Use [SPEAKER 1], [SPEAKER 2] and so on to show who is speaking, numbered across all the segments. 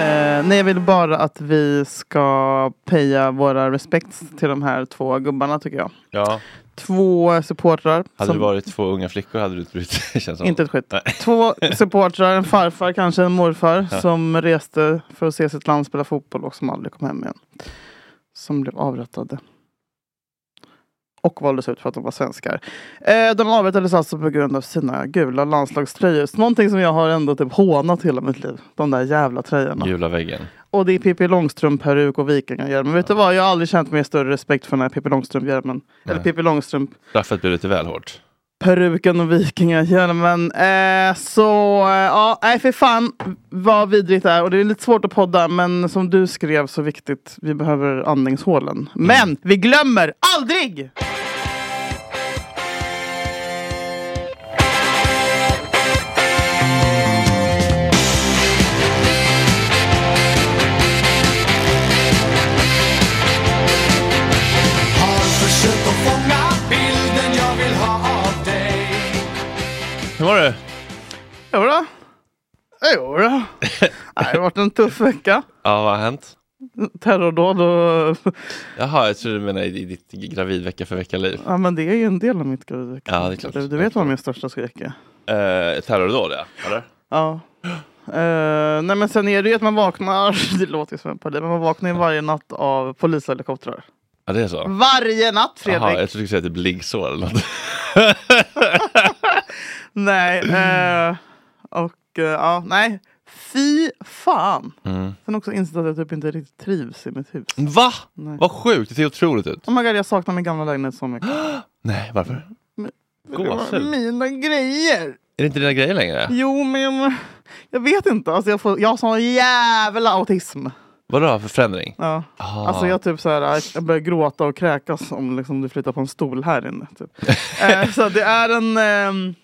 [SPEAKER 1] Eh, nej, jag vill bara att vi ska peja våra respects till de här två gubbarna tycker jag.
[SPEAKER 2] Ja,
[SPEAKER 1] Två supportrar.
[SPEAKER 2] hade
[SPEAKER 1] som-
[SPEAKER 2] det varit två unga flickor hade du inte brytt dig. känns som.
[SPEAKER 1] Inte ett skit.
[SPEAKER 2] Nej.
[SPEAKER 1] Två supportrar, en farfar, kanske en morfar som reste för att se sitt land spela fotboll och som aldrig kom hem igen. Som blev avrättade. Och valdes ut för att de var svenskar. Eh, de avrättades alltså på grund av sina gula landslagströjor. Någonting som jag har ändå typ hånat hela mitt liv. De där jävla tröjorna.
[SPEAKER 2] Gula väggen.
[SPEAKER 1] Och det är Pippi Långstrump-peruk och vikingahjälm. Vet du vad, jag har aldrig känt mer större respekt för den här Pippi Långstrump-hjälmen. Eller
[SPEAKER 2] Nej.
[SPEAKER 1] Pippi Långstrump
[SPEAKER 2] Straffet blev lite väl hårt.
[SPEAKER 1] peruken och vikingahjälmen. Eh, så eh, ja, nej för fan vad vidrigt det är. Och det är lite svårt att podda men som du skrev så viktigt, vi behöver andningshålen.
[SPEAKER 2] Mm.
[SPEAKER 1] Men vi glömmer aldrig!
[SPEAKER 2] Hur var det?
[SPEAKER 1] Jodå. Jodå. Det har varit en tuff vecka.
[SPEAKER 2] Ja, vad har hänt?
[SPEAKER 1] Terrordåd och...
[SPEAKER 2] Jaha, jag trodde du menade i ditt gravid vecka för vecka-liv.
[SPEAKER 1] Ja men det är ju en del av mitt gravidvecka.
[SPEAKER 2] Ja, det är klart.
[SPEAKER 1] Du, du vet vad min största skräck är?
[SPEAKER 2] Eh, terrordåd, ja. Eller?
[SPEAKER 1] Ja. Eh, nej men sen är det ju att man vaknar, det låter ju som en parodi, men man vaknar ju varje natt av polishelikoptrar.
[SPEAKER 2] Ja, det är så.
[SPEAKER 1] Varje natt Fredrik!
[SPEAKER 2] Jaha, jag trodde du skulle säga typ liggsår eller något.
[SPEAKER 1] Nej. eh, och eh, ja, nej. Fy fan. Sen också insett att jag typ inte riktigt trivs i mitt hus.
[SPEAKER 2] Va? Vad sjukt, det ser otroligt ut.
[SPEAKER 1] Oh my god, jag saknar min gamla lägenhet så mycket.
[SPEAKER 2] Nej, varför? Gåshud.
[SPEAKER 1] Mina grejer!
[SPEAKER 2] Är det inte dina grejer längre?
[SPEAKER 1] Jo, men jag vet inte. Alltså, jag, får, jag har sån jävla autism.
[SPEAKER 2] Vadå för förändring?
[SPEAKER 1] Ja.
[SPEAKER 2] Ah.
[SPEAKER 1] Alltså jag typ så här, jag börjar gråta och kräkas om liksom du flyttar på en stol här inne. Typ. eh, så det är en, ehm,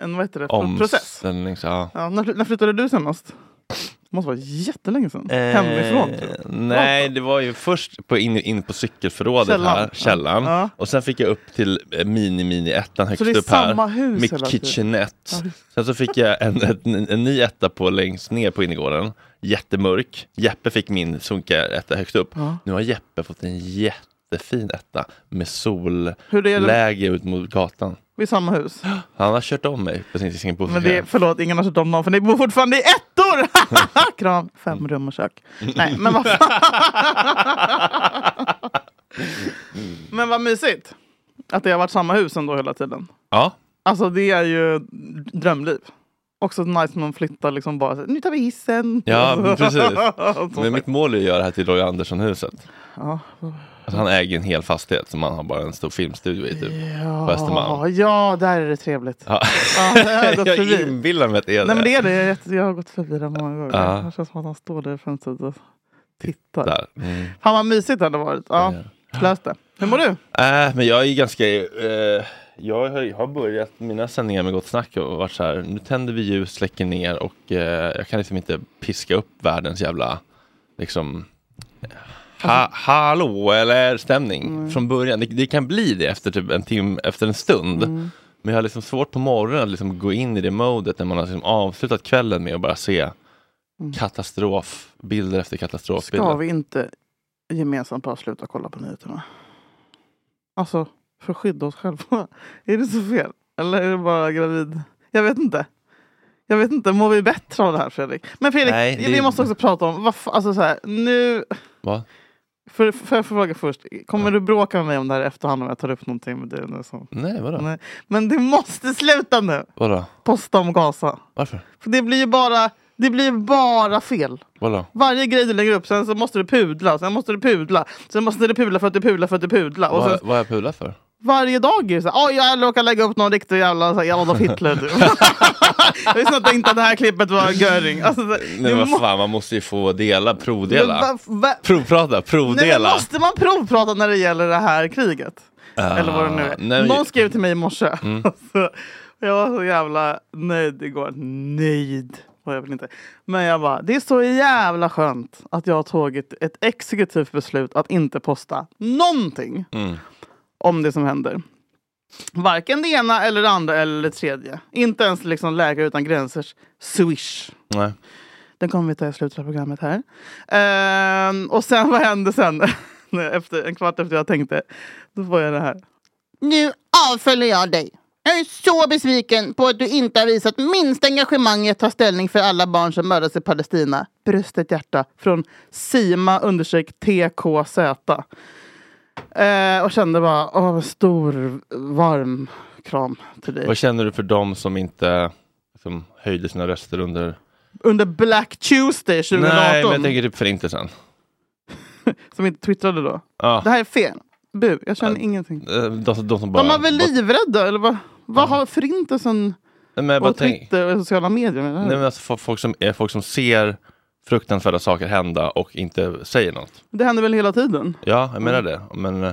[SPEAKER 1] en vad heter det, process.
[SPEAKER 2] Omställnings... Ja.
[SPEAKER 1] Ja, när, fly- när flyttade du senast? måste vara jättelänge sedan.
[SPEAKER 2] Eh,
[SPEAKER 1] Hemifrån tror jag.
[SPEAKER 2] Nej, det var ju först på in, in på cykelförrådet
[SPEAKER 1] Källan.
[SPEAKER 2] här, källan.
[SPEAKER 1] Ja.
[SPEAKER 2] Och sen fick jag upp till eh, mini mini ettan högst
[SPEAKER 1] Så det är
[SPEAKER 2] upp här.
[SPEAKER 1] samma hus hela
[SPEAKER 2] Mitt
[SPEAKER 1] tiden?
[SPEAKER 2] kitchenette.
[SPEAKER 1] Ja, visst.
[SPEAKER 2] sen så fick jag en, en, en ny etta på längst ner på innergården. Jättemörk. Jeppe fick min sunkiga etta högst upp. Nu har Jeppe fått en jättefin etta med
[SPEAKER 1] Hur är det-
[SPEAKER 2] solläge ut mot gatan.
[SPEAKER 1] Vi är i samma hus.
[SPEAKER 2] Han har kört om mig på sin sin
[SPEAKER 1] Men det,
[SPEAKER 2] bostadskarriär.
[SPEAKER 1] förlåt, ingen har sett om någon för ni bor fortfarande i ettor! Kram, fem rum och kök. Nej, men vad fan. men vad mysigt. Att det har varit samma hus ändå hela tiden.
[SPEAKER 2] Ja,
[SPEAKER 1] Alltså det är ju drömliv. Också nice när man flyttar liksom bara så, här, nu tar vi hissen. Alltså.
[SPEAKER 2] Ja, men precis.
[SPEAKER 1] Så
[SPEAKER 2] men mitt mål är att göra det här till Roy Andersson-huset.
[SPEAKER 1] Ja.
[SPEAKER 2] Alltså han äger en hel fastighet som han har bara en stor filmstudio i typ, på Östermalm.
[SPEAKER 1] Ja, Ah, ja, där är det trevligt.
[SPEAKER 2] Ja.
[SPEAKER 1] Ja, det har jag gått
[SPEAKER 2] jag
[SPEAKER 1] förbi.
[SPEAKER 2] inbillar mig att det är
[SPEAKER 1] Nej men det
[SPEAKER 2] det.
[SPEAKER 1] är det, jag, är jätte- jag har gått förbi där många gånger.
[SPEAKER 2] Ja.
[SPEAKER 1] Det känns som att han står där i fönstret och tittar.
[SPEAKER 2] Där. Mm.
[SPEAKER 1] Fan vad mysigt det hade varit. Ja, löst det. Hur mår du?
[SPEAKER 2] Äh, men jag är ju ganska... eh, jag har, jag har börjat mina sändningar med Gott Snack och varit så här, nu tänder vi ljus, släcker ner och eh, jag kan liksom inte piska upp världens jävla liksom...
[SPEAKER 1] Alltså-
[SPEAKER 2] Ha, hallå eller stämning
[SPEAKER 1] Mm.
[SPEAKER 2] från början. Det, det kan bli det efter typ en timme, efter en stund. Men jag har liksom svårt på morgonen att liksom gå in i det modet när man har liksom avslutat kvällen med att bara se katastrofbilder efter katastrofbilder.
[SPEAKER 1] Mm. Ska vi inte gemensamt bara sluta kolla på nyheterna? Alltså, för att skydda oss själva. Är det så fel? Eller är det bara gravid? Jag vet inte. Jag vet inte, mår vi bättre av det här Fredrik? Men Fredrik,
[SPEAKER 2] Nej, det-
[SPEAKER 1] vi måste också prata om, vad fa- alltså så här, nu...
[SPEAKER 2] Va?
[SPEAKER 1] För, för jag fråga först, kommer du bråka med mig om det här i efterhand om jag tar upp någonting med dig nu? Som...
[SPEAKER 2] Nej, vadå?
[SPEAKER 1] Nej. Men du måste sluta nu!
[SPEAKER 2] Vadå?
[SPEAKER 1] Posta om Gaza.
[SPEAKER 2] Varför?
[SPEAKER 1] För det blir ju bara, det blir ju bara fel.
[SPEAKER 2] Vadå?
[SPEAKER 1] Varje grej du lägger upp, sen så måste du pudla, sen måste du pudla, sen måste du pudla för att du pudlar för att du pudlar. Och
[SPEAKER 2] Vad,
[SPEAKER 1] sen,
[SPEAKER 2] vad har jag pulat för?
[SPEAKER 1] varje dag är det såhär, oj jag råkar lägga upp någon riktig jävla så här, Adolf Hitler. typ." jag visste inte, inte att det här klippet var Göring. Alltså, så-
[SPEAKER 2] Nej
[SPEAKER 1] du
[SPEAKER 2] men
[SPEAKER 1] må-
[SPEAKER 2] fan, man måste ju få dela,
[SPEAKER 1] Men
[SPEAKER 2] provdela.
[SPEAKER 1] va- va-
[SPEAKER 2] Provprata,
[SPEAKER 1] Nej, men
[SPEAKER 2] provdela.
[SPEAKER 1] måste man provprata när det gäller det här kriget?
[SPEAKER 2] Ah,
[SPEAKER 1] Eller vad det nu är.
[SPEAKER 2] nej, Mm.
[SPEAKER 1] Någon skrev till mig i morse. Alltså, jag var så jävla nöjd igår. Nöjd var jag väl inte. Men jag bara, det är så jävla skönt att jag har tagit ett exekutivt beslut att inte posta någonting
[SPEAKER 2] Mm.
[SPEAKER 1] om det som händer. Varken det ena eller det andra eller det tredje. Inte ens liksom Läkare utan gränsers swish.
[SPEAKER 2] nej.
[SPEAKER 1] Den kommer vi ta i slutet av programmet här. Ehm, och sen vad hände sen? När jag- efter, en kvart efter jag tänkte. Då får jag det här. Nu avföljer jag dig. Jag är så besviken på att du inte har visat minsta engagemang i att ta ställning för alla barn som mördas i Palestina. Bröstet hjärta från Sima undersök TKZ. Eh, och kände bara, åh, stor varm kram till dig.
[SPEAKER 2] Vad känner du för dem som inte liksom, höjde sina röster under...
[SPEAKER 1] Under Black Tuesday 2018.
[SPEAKER 2] Nej, men jag tänker typ förintelsen.
[SPEAKER 1] Som inte twittrade då.
[SPEAKER 2] Ja.
[SPEAKER 1] Det här är fel. Bu, jag känner ingenting.
[SPEAKER 2] eh, De, som- de som bara...
[SPEAKER 1] De var väl livrädda? Eller vad, vad har förintelsen
[SPEAKER 2] Nej, men jag bara
[SPEAKER 1] och
[SPEAKER 2] tänk,
[SPEAKER 1] Twitter och sociala medier med det här?
[SPEAKER 2] nej, men alltså, fo- folk, som, är folk som ser fruktansvärda saker hända och inte säger något.
[SPEAKER 1] Det händer väl hela tiden?
[SPEAKER 2] Ja, jag
[SPEAKER 1] Mm.
[SPEAKER 2] menar det. Men, eh,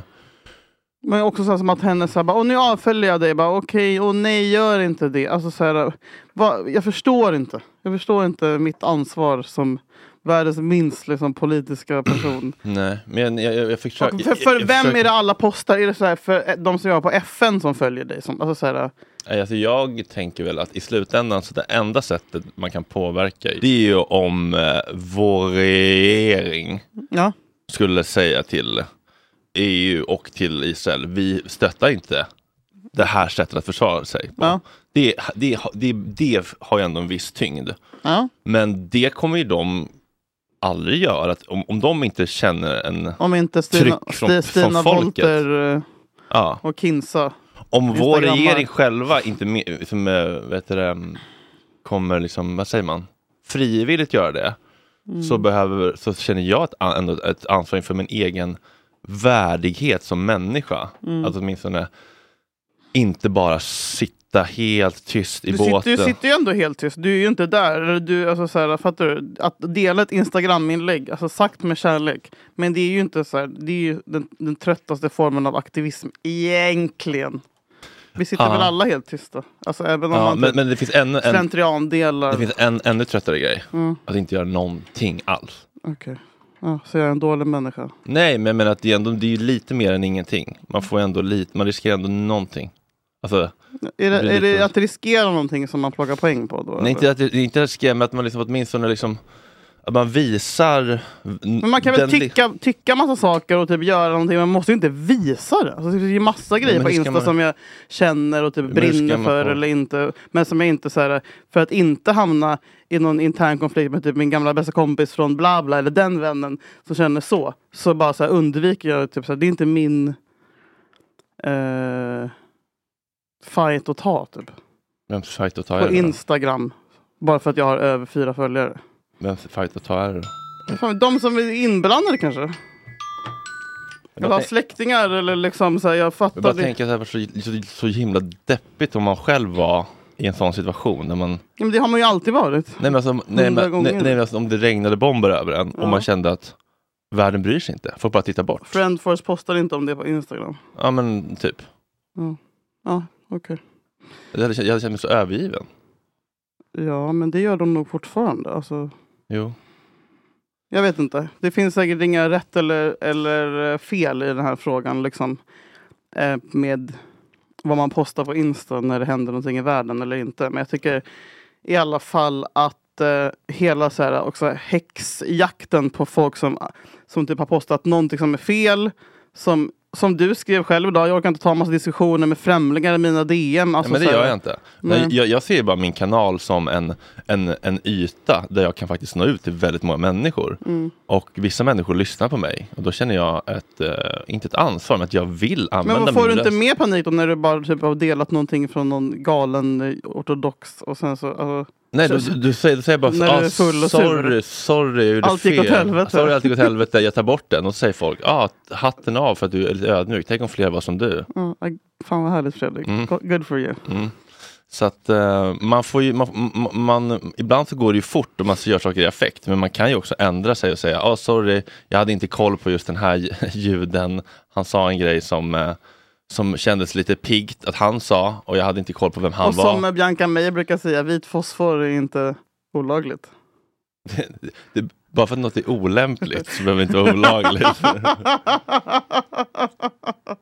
[SPEAKER 1] Men också så här som att henne så här, bara, och nu avföljer jag dig. Bara, Okej, och nej, gör inte det. Alltså, så här, vad, jag förstår inte. Jag förstår inte mitt ansvar som världens minst liksom, politiska person.
[SPEAKER 2] nej, men jag, jag, jag försöker...
[SPEAKER 1] Och för,
[SPEAKER 2] jag-
[SPEAKER 1] för
[SPEAKER 2] jag
[SPEAKER 1] vem
[SPEAKER 2] försöker-
[SPEAKER 1] är det alla postar? Är det så här för eh, de som jobbar på FN som följer dig? Som, alltså, så här,
[SPEAKER 2] Nej, Alltså jag tänker väl att i slutändan så det enda sättet man kan påverka det är ju om eh, vår regering
[SPEAKER 1] ja.
[SPEAKER 2] skulle säga till EU och till Israel, vi stöttar inte det här sättet att försvara sig på.
[SPEAKER 1] Ja.
[SPEAKER 2] Det, det, det, det har ju ändå en viss tyngd.
[SPEAKER 1] Ja.
[SPEAKER 2] Men det kommer ju de aldrig göra, att om, om de inte känner en...
[SPEAKER 1] Om inte Stina,
[SPEAKER 2] Tryck från-
[SPEAKER 1] Stina
[SPEAKER 2] från folket.
[SPEAKER 1] Wolter eh,
[SPEAKER 2] Ja.
[SPEAKER 1] och Kinsa
[SPEAKER 2] Om vår
[SPEAKER 1] Instagrammar.
[SPEAKER 2] regering själva inte me- liksom, eh, vet du, det, mm, kommer, liksom, vad säger man, frivilligt göra det,
[SPEAKER 1] Mm.
[SPEAKER 2] så, behöver, så känner jag ett, an- ändå ett ansvar inför min egen värdighet som människa.
[SPEAKER 1] Mm.
[SPEAKER 2] Att åtminstone inte bara sitta helt tyst i
[SPEAKER 1] du
[SPEAKER 2] båten.
[SPEAKER 1] sitter, du sitter ju ändå helt tyst. Du är ju inte där. Eller Du, alltså, så här, fattar du? Att dela ett Instagram-inlägg, alltså sagt med kärlek. Men det är ju inte så här, det är ju den, den tröttaste formen av aktivism egentligen. Vi sitter
[SPEAKER 2] Ja.
[SPEAKER 1] väl alla helt tysta. Alltså även om
[SPEAKER 2] Ja,
[SPEAKER 1] man
[SPEAKER 2] men,
[SPEAKER 1] typ
[SPEAKER 2] men det finns en, en,
[SPEAKER 1] slentriandelar.
[SPEAKER 2] det finns en ännu tröttare grej.
[SPEAKER 1] Mm.
[SPEAKER 2] Att inte göra någonting alls.
[SPEAKER 1] Okej. Ja, så jag är en dålig människa.
[SPEAKER 2] Nej, men, men att det, är ändå, det är ju lite mer än ingenting. Man får ändå lite, man riskerar ändå någonting. Alltså,
[SPEAKER 1] Är
[SPEAKER 2] Det blir
[SPEAKER 1] det, är det
[SPEAKER 2] lite-
[SPEAKER 1] att riskera någonting som man plockar poäng på då?
[SPEAKER 2] nej,
[SPEAKER 1] eller?
[SPEAKER 2] inte, att, det- inte riskera, men att man liksom åtminstone liksom, att man visar...
[SPEAKER 1] Men man kan väl tycka, tycka massa saker och typ göra någonting, men man måste ju inte visa det. Alltså, det finns ju massa grejer
[SPEAKER 2] men
[SPEAKER 1] på
[SPEAKER 2] hur ska
[SPEAKER 1] Insta
[SPEAKER 2] man-
[SPEAKER 1] som jag känner och typ
[SPEAKER 2] hur ska
[SPEAKER 1] brinner
[SPEAKER 2] man
[SPEAKER 1] för
[SPEAKER 2] få-
[SPEAKER 1] eller inte. Men som jag inte så här, för att inte hamna i någon intern konflikt med typ min gamla bästa kompis från bla bla eller den vännen som känner så. Så bara så här, undviker jag typ så här, det är inte min eh, fight att ta typ.
[SPEAKER 2] Vems fight att ta
[SPEAKER 1] På
[SPEAKER 2] är det? då?
[SPEAKER 1] Instagram. Bara för att jag har över fyra följare.
[SPEAKER 2] Vems fight att ta är det? då?
[SPEAKER 1] Fan, De som är inblandade kanske? Eller har släktingar eller liksom så här, jag
[SPEAKER 2] Jag
[SPEAKER 1] fattar.
[SPEAKER 2] bara
[SPEAKER 1] Det.
[SPEAKER 2] tänker att det var så, så, så himla deppigt om man själv var i en sån situation. Där man,
[SPEAKER 1] Ja, Men det har man ju alltid varit.
[SPEAKER 2] nej, men alltså, om- nej,
[SPEAKER 1] Hundra
[SPEAKER 2] men,
[SPEAKER 1] gånger.
[SPEAKER 2] nej, nej, men alltså, om det regnade bomber över en
[SPEAKER 1] Ja.
[SPEAKER 2] och man kände att världen bryr sig inte. Folk bara tittar bort.
[SPEAKER 1] Friendforce postar inte om det på Instagram.
[SPEAKER 2] Ja men typ.
[SPEAKER 1] Ja, okej.
[SPEAKER 2] Jag hade, känt- jag hade känt mig så övergiven.
[SPEAKER 1] Ja, men det gör de nog fortfarande. Alltså,
[SPEAKER 2] Jo.
[SPEAKER 1] jag vet inte. Det finns säkert inga rätt eller, eller eh, fel i den här frågan. Liksom, eh, med vad man postar på Insta när det händer någonting i världen eller inte. Men jag tycker i alla fall att eh, hela så här, också häxjakten på folk som, som typ har postat någonting som är fel. Som, som du skrev själv idag, jag orkar inte ta massa diskussioner med främlingar i mina DM. Alltså,
[SPEAKER 2] nej, men
[SPEAKER 1] så
[SPEAKER 2] det
[SPEAKER 1] här-
[SPEAKER 2] gör jag inte.
[SPEAKER 1] Nej.
[SPEAKER 2] Nej. Jag, jag ser bara min kanal som en, en, en yta där jag kan faktiskt nå ut till väldigt många människor.
[SPEAKER 1] Mm.
[SPEAKER 2] Och vissa människor lyssnar på mig. Och då känner jag ett, eh, inte ett ansvar, men att jag vill använda
[SPEAKER 1] Men vad får
[SPEAKER 2] min
[SPEAKER 1] du inte
[SPEAKER 2] röst.
[SPEAKER 1] mer panik då när du bara typ har delat någonting från någon galen eh, ortodox och sen så... Alltså,
[SPEAKER 2] Nej, du, du, du, säger, du säger bara
[SPEAKER 1] När
[SPEAKER 2] ah,
[SPEAKER 1] du är full och sur."
[SPEAKER 2] sorry, sorry, jag gjorde
[SPEAKER 1] Allt
[SPEAKER 2] fel.
[SPEAKER 1] gick åt helvete.
[SPEAKER 2] Sorry, allt gick åt helvete. Jag tar bort den. Och så säger folk, ah, hatten av för att du är lite ödmjuk. Tänk om fler var som du.
[SPEAKER 1] ja, I- fan vad härligt Fredrik.
[SPEAKER 2] Mm.
[SPEAKER 1] Go- Good for you.
[SPEAKER 2] Så att eh, man får ju, man, m- m- man, ibland så går det ju fort och man gör saker i affekt. Men man kan ju också ändra sig och säga, ah, sorry, jag hade inte koll på just den här lj- ljuden. Han sa en grej som, eh, som kändes lite piggt att han sa och jag hade inte koll på vem han
[SPEAKER 1] och
[SPEAKER 2] var.
[SPEAKER 1] som eh, Bianca Meijer brukar säga, vit fosfor är inte olagligt.
[SPEAKER 2] Det, bara för att något är olämpligt så behöver det inte vara olagligt. Ja,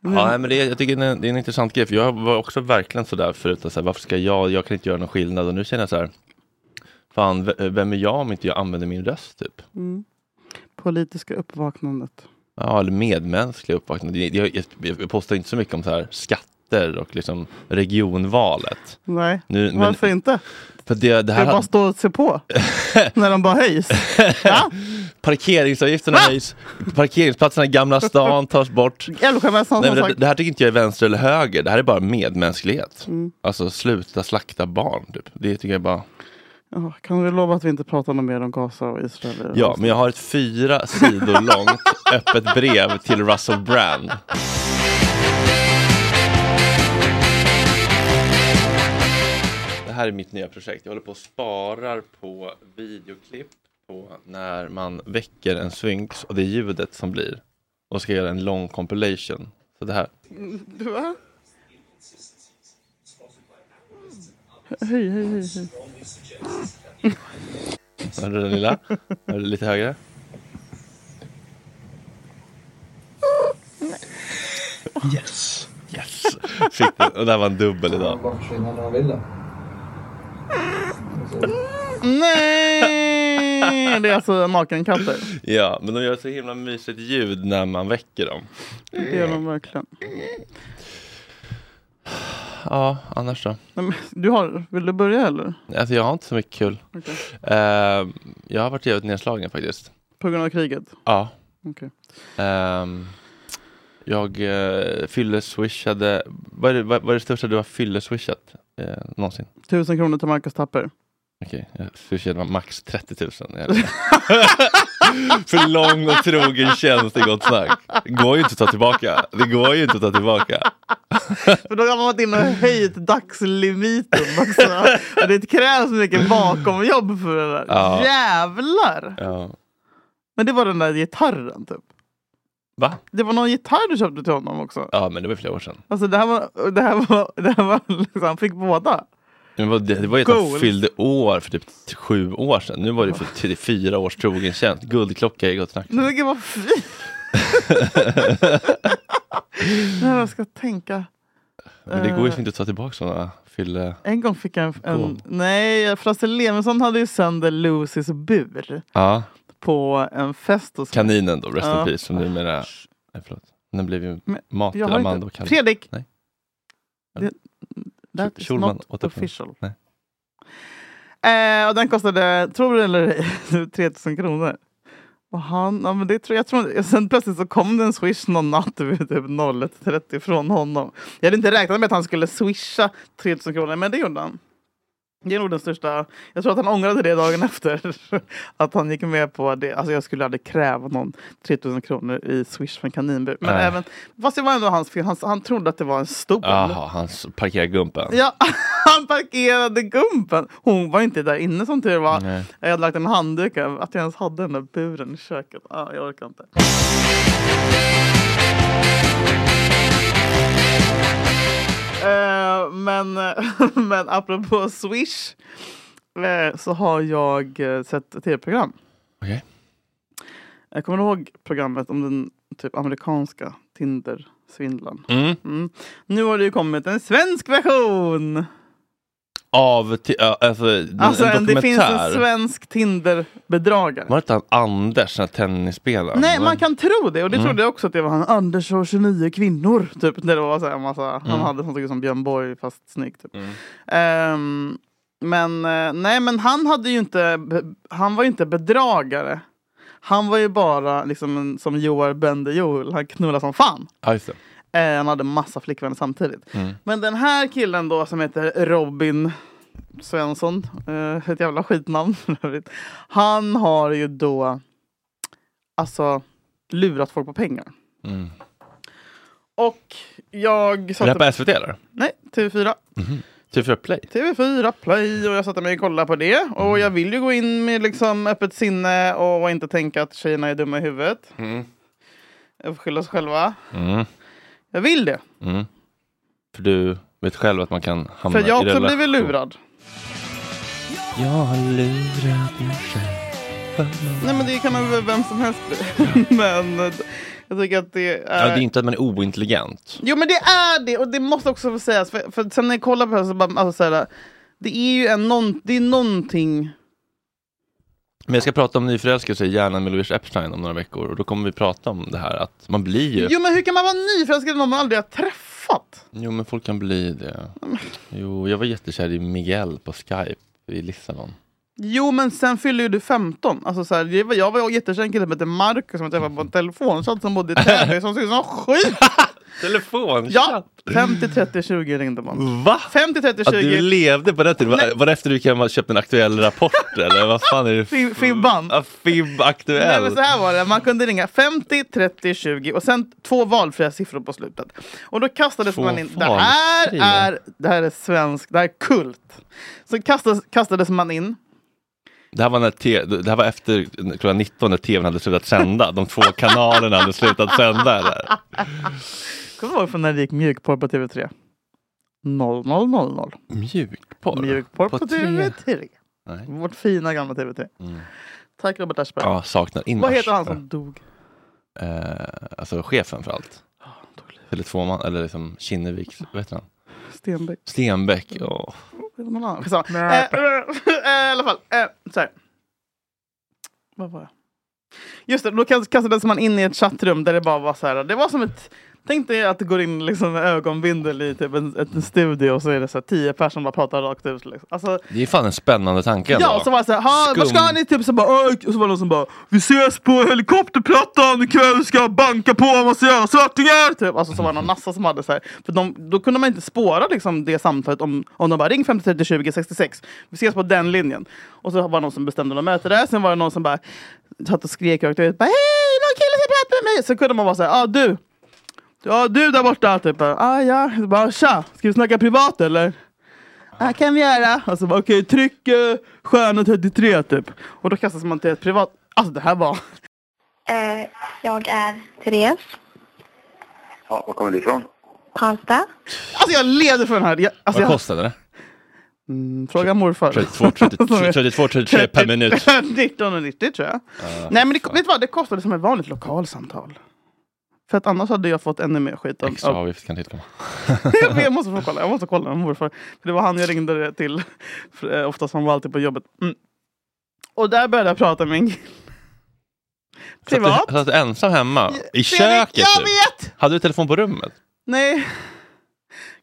[SPEAKER 2] nej, men det, är- jag tycker det är, en, det är en intressant grej, för jag var också verkligen sådär förut, att så här, varför ska jag, jag kan inte göra någon skillnad. Och nu känner jag så här, fan, v- vem är jag om inte jag använder min röst typ?
[SPEAKER 1] Politiska uppvaknandet.
[SPEAKER 2] Ja, eller medmänsklig uppvaktning. Det- det- Jag, jag, jag postar inte så mycket om så här skatter och liksom regionvalet.
[SPEAKER 1] Nej,
[SPEAKER 2] Nu, men,
[SPEAKER 1] varför inte?
[SPEAKER 2] för det,
[SPEAKER 1] Ska
[SPEAKER 2] det här,
[SPEAKER 1] du bara stå och se på? när de bara höjs? Ja?
[SPEAKER 2] parkeringsavgifterna höjs, parkeringsplatserna i Gamla stan tas bort.
[SPEAKER 1] Älvsjömässan
[SPEAKER 2] Nej,
[SPEAKER 1] som
[SPEAKER 2] men det,
[SPEAKER 1] sagt.
[SPEAKER 2] det här tycker inte jag är vänster eller höger, det här är bara medmänsklighet. Alltså sluta slakta barn. Typ. Det tycker jag bara...
[SPEAKER 1] Ja, kan vi lova att vi inte pratar något mer om Gaza och Israel? i det här
[SPEAKER 2] Ja, men jag har ett fyra sidor långt öppet brev till Russell Brand. Det här är mitt nya projekt. Jag håller på och sparar på videoklipp på när man väcker en svynx och det är ljudet som blir. Och ska jag göra en lång compilation. Så det här.
[SPEAKER 1] Du va? Hej, hej, hej. hej.
[SPEAKER 2] Hör du den lilla? Hör du lite högre? Yes! Yes! Fick den. Och där var en dubbel idag.
[SPEAKER 1] Nej! Det är alltså nakenkatter.
[SPEAKER 2] Ja, men de gör ett så himla mysigt ljud när man väcker dem.
[SPEAKER 1] Det gör de verkligen.
[SPEAKER 2] Ja, annars då?
[SPEAKER 1] Nej, men Du har, vill du börja eller?
[SPEAKER 2] Alltså jag har inte så mycket kul.
[SPEAKER 1] Okej.
[SPEAKER 2] Ehm, jag har varit jävligt nedslagen faktiskt.
[SPEAKER 1] På grund av kriget?
[SPEAKER 2] Ja.
[SPEAKER 1] Okej.
[SPEAKER 2] Ehm, jag uh, fylleswishade... Vad är, det, vad, vad är det största du har fylleswishat uh, någonsin?
[SPEAKER 1] Tusen kronor till Marcus Tapper.
[SPEAKER 2] Okej, jag swishade max 30 000. För lång och trogen tjänst i Gott Snack. Det går ju inte att ta tillbaka. Det går ju inte att ta tillbaka.
[SPEAKER 1] För då har man varit inne och höjt dagslimiten också. Och Det krävs mycket bakomjobb för det där.
[SPEAKER 2] Ja.
[SPEAKER 1] Jävlar!
[SPEAKER 2] Ja.
[SPEAKER 1] Men det var den där gitarren typ.
[SPEAKER 2] Va?
[SPEAKER 1] Det var någon gitarr du köpte till honom också.
[SPEAKER 2] Ja, men det var flera år sedan.
[SPEAKER 1] Alltså det här var, det här var, det här var liksom, han fick båda.
[SPEAKER 2] Men Det var, det, det var ju att han
[SPEAKER 1] Goals.
[SPEAKER 2] fyllde år för typ t- sju år sedan. Nu var det för t- fyra års trogen tjänst. Guldklocka i gott snack.
[SPEAKER 1] Nej men gud vad fint! Nej jag ska tänka.
[SPEAKER 2] Men det går ju inte att ta tillbaka sådana fylle...
[SPEAKER 1] En gång fick jag en... en
[SPEAKER 2] Cool.
[SPEAKER 1] nej, Frasse Lemensson hade ju sönder Lucys bur
[SPEAKER 2] Ja,
[SPEAKER 1] på en fest hos
[SPEAKER 2] kaninen då, rest
[SPEAKER 1] Ja.
[SPEAKER 2] in peace, som numera... Nej, förlåt. Den blev ju
[SPEAKER 1] Men
[SPEAKER 2] mat till
[SPEAKER 1] Jag har
[SPEAKER 2] Amanda och
[SPEAKER 1] inte...
[SPEAKER 2] Kalle.
[SPEAKER 1] Fredrik!
[SPEAKER 2] Nej.
[SPEAKER 1] Det, that is
[SPEAKER 2] Schulman
[SPEAKER 1] not
[SPEAKER 2] återförening.
[SPEAKER 1] official.
[SPEAKER 2] Nej.
[SPEAKER 1] Eh, och den kostade, tror du eller ej, 3000 kronor. Och han, ja, men det tror jag tror inte- Sen plötsligt så kom det en swish någon natt vid typ 01.30 från honom. Jag hade inte räknat med att han skulle swisha 3000 kronor, men det gjorde han. Det är nog den största. Jag tror att han ångrade det dagen efter. Att han gick med på det. Alltså jag skulle aldrig kräva någon 3000 kronor i swish från kaninbur. Men
[SPEAKER 2] Nej.
[SPEAKER 1] även, fast det var ändå hans fel. Han, han trodde att det var en stol.
[SPEAKER 2] Jaha, han parkerar gumpen.
[SPEAKER 1] Ja, han parkerade gumpen. Hon var inte där inne som tur var.
[SPEAKER 2] Nej.
[SPEAKER 1] Jag hade lagt en handduk över att jag ens hade den där buren i köket. Ah, jag orkar inte. Eh, men, men apropå Swish eh, så har jag eh, sett ett tv-program.
[SPEAKER 2] Okej.
[SPEAKER 1] Jag kommer ihåg programmet om den typ amerikanska Tinder-svindlaren.
[SPEAKER 2] Mm.
[SPEAKER 1] Mm. Nu har det ju kommit en svensk version!
[SPEAKER 2] Av... Till, ja, alltså, en,
[SPEAKER 1] Alltså
[SPEAKER 2] en
[SPEAKER 1] en,
[SPEAKER 2] dokumentär.
[SPEAKER 1] det finns en svensk Tinder-bedragare.
[SPEAKER 2] Var det inte han Anders, den här tennisspelaren?
[SPEAKER 1] Nej, man kan tro det. Och det trodde jag också att det var han. Anders och 29 kvinnor. Typ, när det var så här en massa, Han hade sånt typ som Björn Borg fast snygg. Typ. Ehm, men eh, nej, men han hade ju inte. be- Han var ju inte bedragare. Han var ju bara liksom en, som Joar Bender-Joel. Han knullade som fan.
[SPEAKER 2] Ja, just det.
[SPEAKER 1] Eh, han hade massa flickvänner samtidigt. Men den här killen då som heter Robin Svensson, eh, ett jävla skitnamn för övrigt. Han har ju då alltså lurat folk på pengar. Och jag
[SPEAKER 2] Mm. Är det
[SPEAKER 1] satte...
[SPEAKER 2] här på SVT eller? Typ
[SPEAKER 1] Nej, TV4.
[SPEAKER 2] TV4 Play?
[SPEAKER 1] TV4 Play och jag satte mig och kollade på det. Och jag vill ju gå in med liksom öppet sinne och inte tänka att tjejerna är dumma i huvudet. Jag får skylla oss själva.
[SPEAKER 2] Mm.
[SPEAKER 1] Jag vill det.
[SPEAKER 2] Mm. För du vet själv att man kan hamna
[SPEAKER 1] För jag har
[SPEAKER 2] i
[SPEAKER 1] också
[SPEAKER 2] relation.
[SPEAKER 1] blivit lurad.
[SPEAKER 2] Jag har lurat mig själv.
[SPEAKER 1] Nej men det kan väl vem som helst bli. men eh, jag tycker att det
[SPEAKER 2] Ja,
[SPEAKER 1] är...
[SPEAKER 2] det är inte att man är ointelligent.
[SPEAKER 1] Jo men det är det och det måste också få sägas. För, för sen när jag kollar på det här så bara, alltså, så här, det är ju en nån, det är någonting.
[SPEAKER 2] Men jag ska prata om nyförälskelse i hjärnan med Louise Epstein om några veckor och då kommer vi prata om det här att man blir ju...
[SPEAKER 1] Jo men hur kan man vara nyförälskad i någon man aldrig har träffat?
[SPEAKER 2] Jo, men folk kan bli det.
[SPEAKER 1] Mm.
[SPEAKER 2] Jo, jag var jättekär i Miguel på Skype i Lissabon.
[SPEAKER 1] Jo men sen fyller ju du 15. Alltså, så här, det var, jag var ju jättekär en kille som hette Marcus som jag träffade på en telefonchatt som bodde i Täby som såg ut som skit.
[SPEAKER 2] Telefon?
[SPEAKER 1] Ja! 50 30 20 ringde man.
[SPEAKER 2] Va?
[SPEAKER 1] 50 30
[SPEAKER 2] Att Mm. du
[SPEAKER 1] 20
[SPEAKER 2] levde på den tiden? Var, var det efter du kan ha köpt en aktuell rapport eller vad fan är det?
[SPEAKER 1] Fib- Fibban.
[SPEAKER 2] Ja, Fib
[SPEAKER 1] Nej,
[SPEAKER 2] aktuell.
[SPEAKER 1] men så här var det, man kunde ringa 50, 30, 20 och sen två valfria siffror på slutet. Och då kastades
[SPEAKER 2] Två
[SPEAKER 1] man in, det här,
[SPEAKER 2] valfria?
[SPEAKER 1] är, det här är svensk, det här är kult. Så kastades, kastades man in,
[SPEAKER 2] Det här, var när te- det här var efter klockan 19 när tvn hade slutat sända. De två kanalerna hade slutat sända. Eller?
[SPEAKER 1] kommer du ihåg från när det gick mjukporr på TV3? 0000.
[SPEAKER 2] Mjukporr?
[SPEAKER 1] Mjukporr på,
[SPEAKER 2] te-
[SPEAKER 1] TV3.
[SPEAKER 2] Nej. Mm.
[SPEAKER 1] Vårt fina gamla TV3. Tack Robert Aschberg.
[SPEAKER 2] Ja, saknar Ingmars.
[SPEAKER 1] Vad heter han som dog?
[SPEAKER 2] Eh, alltså chefen för allt.
[SPEAKER 1] Ah,
[SPEAKER 2] Eller tvåman, eller liksom Kinnevik, vad heter han?
[SPEAKER 1] Stenbeck?
[SPEAKER 2] Stenbeck. åh.
[SPEAKER 1] Det var någon annan. Skitsamma. Eh, I alla fall, eh, så här. Vad var jag? Just det, då kast- kastades man in i ett chattrum där det bara var så här. Det var som ett... Tänk dig att du går in liksom med ögonbindel i typ en, en studio och så är det så här, tio personer som bara pratar rakt ut. Liksom. Alltså,
[SPEAKER 2] Det är fan en spännande tanke
[SPEAKER 1] ja, alltså- och så var det så här, "Ha, vad ska
[SPEAKER 2] Skum.
[SPEAKER 1] ni? Typ så bara, "Öj", och så var det någon som bara, vi ses på helikopterplattan ikväll, ska jag banka på, måste göra svartingar! Typ. Alltså så var det någon massa som hade så här, för de, då kunde man inte spåra liksom, det samtalet om, om de bara ring 50 30 20 66, vi ses på den linjen. Och så var det någon som bestämde något möte där, sen var det någon som bara satt och skrek rakt ut, bara, hej någon kille ska prata med mig! Så kunde man vara så här, ja ah, du, ja du där borta, typ, ah, ja, Så bara, tja, ska vi snacka privat eller? Ja, kan vi göra. Och så bara, okej, tryck eh, stjärna 33 typ. Och då kastas man till ett privat... Alltså det här var...
[SPEAKER 3] Eh, jag är Therese
[SPEAKER 4] Ja, var kommer du ifrån?
[SPEAKER 3] Karlstad.
[SPEAKER 1] Alltså jag levde för den här. Jag, alltså,
[SPEAKER 2] Vad
[SPEAKER 1] jag,
[SPEAKER 2] kostade det?
[SPEAKER 1] mm, fråga morfar.
[SPEAKER 2] 32, 32, 32 33 per minut.
[SPEAKER 1] 1990 tror jag. Nej men det, vet du vad, det kostade som ett vanligt lokalsamtal. För att annars hade jag fått ännu mer skit. Av,
[SPEAKER 2] Extra
[SPEAKER 1] av,
[SPEAKER 2] avgift kan tillkomma.
[SPEAKER 1] jag måste få kolla, jag måste kolla med morfar. För det var han jag ringde till. För, eh, Oftast han var alltid på jobbet. Mm. Och där började jag prata med en kille.
[SPEAKER 2] Satt
[SPEAKER 1] Privat.
[SPEAKER 2] du, satt du ensam hemma? I
[SPEAKER 1] Fredrik,
[SPEAKER 2] köket?
[SPEAKER 1] Jag
[SPEAKER 2] typ?
[SPEAKER 1] vet!
[SPEAKER 2] Hade du telefon på rummet?
[SPEAKER 1] Nej.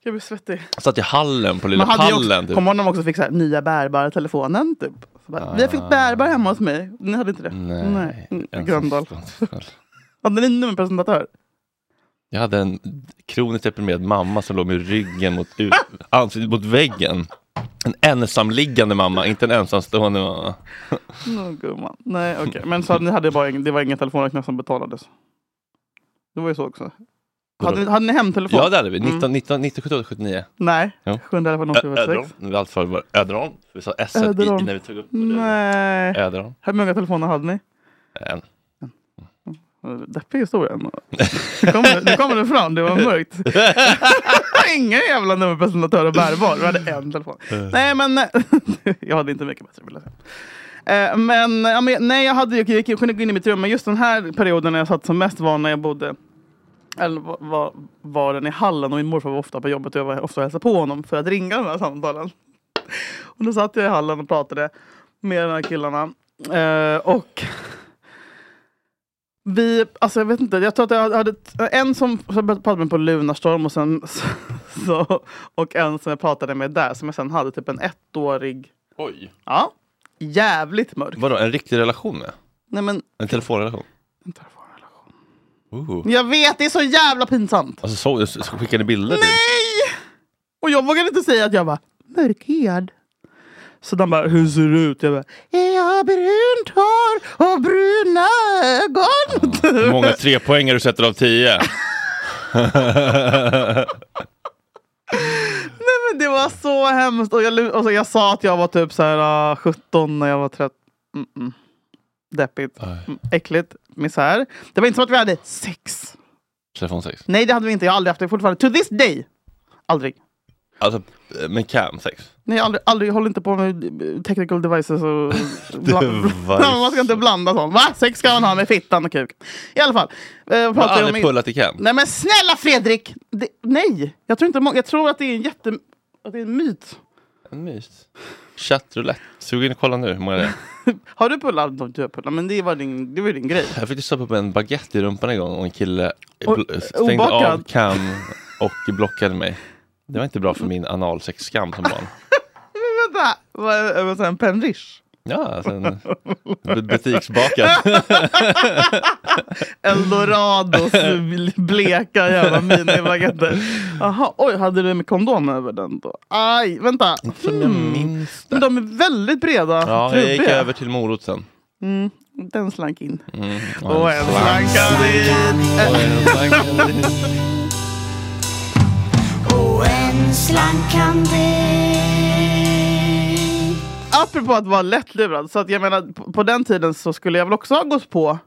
[SPEAKER 1] Jag blir svettig.
[SPEAKER 2] Satt i hallen på lilla
[SPEAKER 1] Man hade ju också,
[SPEAKER 2] pallen?
[SPEAKER 1] kommer du ihåg
[SPEAKER 2] Typ.
[SPEAKER 1] när de också fick så här, nya bärbara telefonen typ? Så bara, Vi fick bärbar hemma hos mig. Ni hade inte det?
[SPEAKER 2] Ah. Nej.
[SPEAKER 1] Mm,
[SPEAKER 2] ensam-
[SPEAKER 1] Gröndal. Hade ni en nummerpresentatör?
[SPEAKER 2] Jag hade en kroniskt deprimerad mamma som låg med ryggen mot, ut, ansiktet mot väggen. En ensamliggande mamma, inte en ensamstående mamma.
[SPEAKER 1] Nå, gumman. Nej okej, men så ni hade bara ingen, det var ingen telefonräkning som betalades? Det var ju så också. Hade ni, hade ni hemtelefon?
[SPEAKER 2] Ja, det hade vi. 19, 19, 1978, 79.
[SPEAKER 1] Nej,
[SPEAKER 2] Jo.
[SPEAKER 1] 711
[SPEAKER 2] Ödron. Vi har alltid för var Ödron. Vi sa S i,
[SPEAKER 1] Ödron.
[SPEAKER 2] när vi tog upp det.
[SPEAKER 1] Nej.
[SPEAKER 2] Ödron.
[SPEAKER 1] Hur många telefoner hade ni?
[SPEAKER 2] En.
[SPEAKER 1] Deppig historia. ändå. Nu kommer, nu kommer det fram, det var mörkt. Ingen jävla nummerpresentatör och bärbar. Du hade en telefon. Nej men, nej. jag hade inte mycket bättre vill jag säga. Eh, Men, ja, men nej, jag, hade, jag, jag kunde gå in i mitt rum, men just den här perioden när jag satt som mest var när jag bodde eller var, var, var den i hallen och min morfar var ofta på jobbet och jag var ofta och hälsade på honom för att ringa de här samtalen. Och då satt jag i hallen och pratade med de här killarna. Eh, och vi, alltså jag vet inte, jag tror att jag hade t- en som som jag pratade med på Lunarstorm och sen så, och en som jag pratade med där som jag sen hade typ en ettårig,
[SPEAKER 2] Oj.
[SPEAKER 1] ja, jävligt mörk.
[SPEAKER 2] Vadå, en riktig relation med?
[SPEAKER 1] Nej men,
[SPEAKER 2] En telefonrelation?
[SPEAKER 1] inte det var en relation.
[SPEAKER 2] Ooh.
[SPEAKER 1] jag vet, det är så jävla pinsamt.
[SPEAKER 2] Alltså så, så skickade ni bilder? till?
[SPEAKER 1] Nej! Och jag vågade inte säga att jag var mörkhyad. Så de bara, hur ser du ut? Jag bara, jag har brunt hår och bruna ögon.
[SPEAKER 2] Hur många trepoängar du sätter av tio?
[SPEAKER 1] Nej men det var så hemskt. Och jag, lu- och så jag sa att jag var typ så här, ah, 17 när jag var 30. Mm-mm. Deppigt. Mm, Äckligt. Misär. Det var inte som att vi hade sex.
[SPEAKER 2] Telefonsex?
[SPEAKER 1] Nej det hade vi inte. Jag har aldrig haft det fortfarande. To this day. Aldrig.
[SPEAKER 2] Alltså, men camsex?
[SPEAKER 1] Nej, aldrig, aldrig. Jag håller inte på med eh, technical devices och... bland,
[SPEAKER 2] Devices.
[SPEAKER 1] man ska inte blanda sånt. Va? Sex ska man ha med fittan och kuk. I alla fall. Eh, vad
[SPEAKER 2] Har
[SPEAKER 1] pratar jag om
[SPEAKER 2] aldrig
[SPEAKER 1] min...
[SPEAKER 2] pullat i cam?
[SPEAKER 1] Nej men snälla Fredrik! Det, nej! Jag tror inte många... Jag tror att det är en jätte... Att det är en myt.
[SPEAKER 2] En mys. Chattroulette. Sug in och kolla nu hur många det är.
[SPEAKER 1] Har du pullat? Nej, Du har pullat, men det var din, det var din grej.
[SPEAKER 2] Jag fick ju stoppa upp en baguette i rumpan en gång och en kille
[SPEAKER 1] Och-
[SPEAKER 2] bl- stängde
[SPEAKER 1] obakad.
[SPEAKER 2] av cam och blockade mig. Det var inte bra för min analsexskam som barn.
[SPEAKER 1] Vänta, vad vad sa jag, en penrish?
[SPEAKER 2] Ja, alltså en b- butiksbakad.
[SPEAKER 1] Eldorados bleka jävla minibaguetter. Jaha, oj, hade du med kondom över den då? Aj, vänta. Hmm.
[SPEAKER 2] Som jag minns
[SPEAKER 1] Men
[SPEAKER 2] det.
[SPEAKER 1] de är väldigt breda,
[SPEAKER 2] Ja, jag
[SPEAKER 1] trubbiga.
[SPEAKER 2] gick över till moroten.
[SPEAKER 1] Den slank in.
[SPEAKER 2] Mm.
[SPEAKER 1] Och en slankade in. Apropå att vara lättlurad, så att jag menar, på, på den tiden så skulle jag väl också ha gått på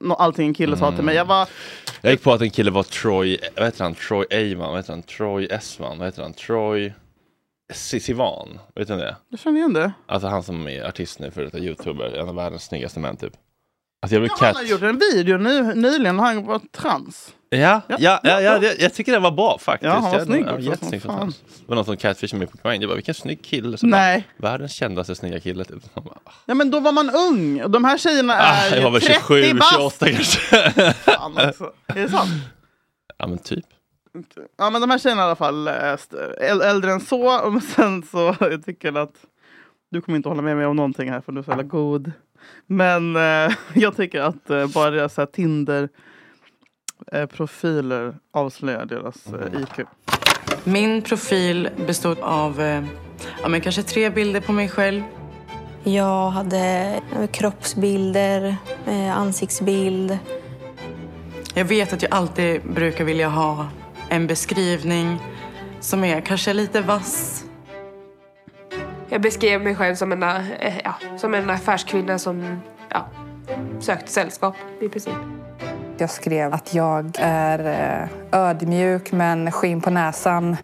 [SPEAKER 1] nå- allting en kille sa till mig. Jag var,
[SPEAKER 2] Mm. Jag gick på att en kille var Troy, vad heter han? Troy Eiman, vad heter han? Troy Esman, vad heter han? Troy Si- Sivan, vet ni det?
[SPEAKER 1] jag känner igen det.
[SPEAKER 2] Alltså han som är artist nu, för detta youtuber, en av världens snyggaste män typ. Alltså jag blev
[SPEAKER 1] Han har
[SPEAKER 2] catch...
[SPEAKER 1] gjort en video nu, nyligen, han var trans.
[SPEAKER 2] Ja, ja, ja, ja,
[SPEAKER 1] ja.
[SPEAKER 2] det- jag tycker den var bra faktiskt.
[SPEAKER 1] Ja, han var
[SPEAKER 2] Jag-
[SPEAKER 1] snygg
[SPEAKER 2] ja,
[SPEAKER 1] också,
[SPEAKER 2] jättesnygg
[SPEAKER 1] som
[SPEAKER 2] som fan. Det var någon som catfishade mig på Grindr, jag bara vilken snygg kille. Så
[SPEAKER 1] Nej.
[SPEAKER 2] Bara, världens kändaste snygga kille typ. Man bara,
[SPEAKER 1] Ja men då var man ung, och de här tjejerna
[SPEAKER 2] ah,
[SPEAKER 1] är
[SPEAKER 2] jag var väl 27,
[SPEAKER 1] 30 bast.
[SPEAKER 2] 28 kanske.
[SPEAKER 1] Fan också. alltså. Är det sant?
[SPEAKER 2] ja men typ.
[SPEAKER 1] Ja men de här tjejerna i alla fall eh, st- äl- äldre än så. Och sen så jag tycker att du kommer inte hålla med mig om någonting här för du är så jävla god. Men eh, jag tycker att eh, bara deras så här Tinder eh, profiler avslöjar deras eh, IQ.
[SPEAKER 5] Min profil bestod av eh, ja, men kanske tre bilder på mig själv.
[SPEAKER 3] Jag hade eh, kroppsbilder, eh, ansiktsbild.
[SPEAKER 5] Jag vet att jag alltid brukar vilja ha en beskrivning som är kanske lite vass.
[SPEAKER 6] Jag beskrev mig själv som en, eh, ja, som en affärskvinna som ja, sökte sällskap i princip.
[SPEAKER 7] Jag skrev att jag är eh, ödmjuk men skinn på näsan.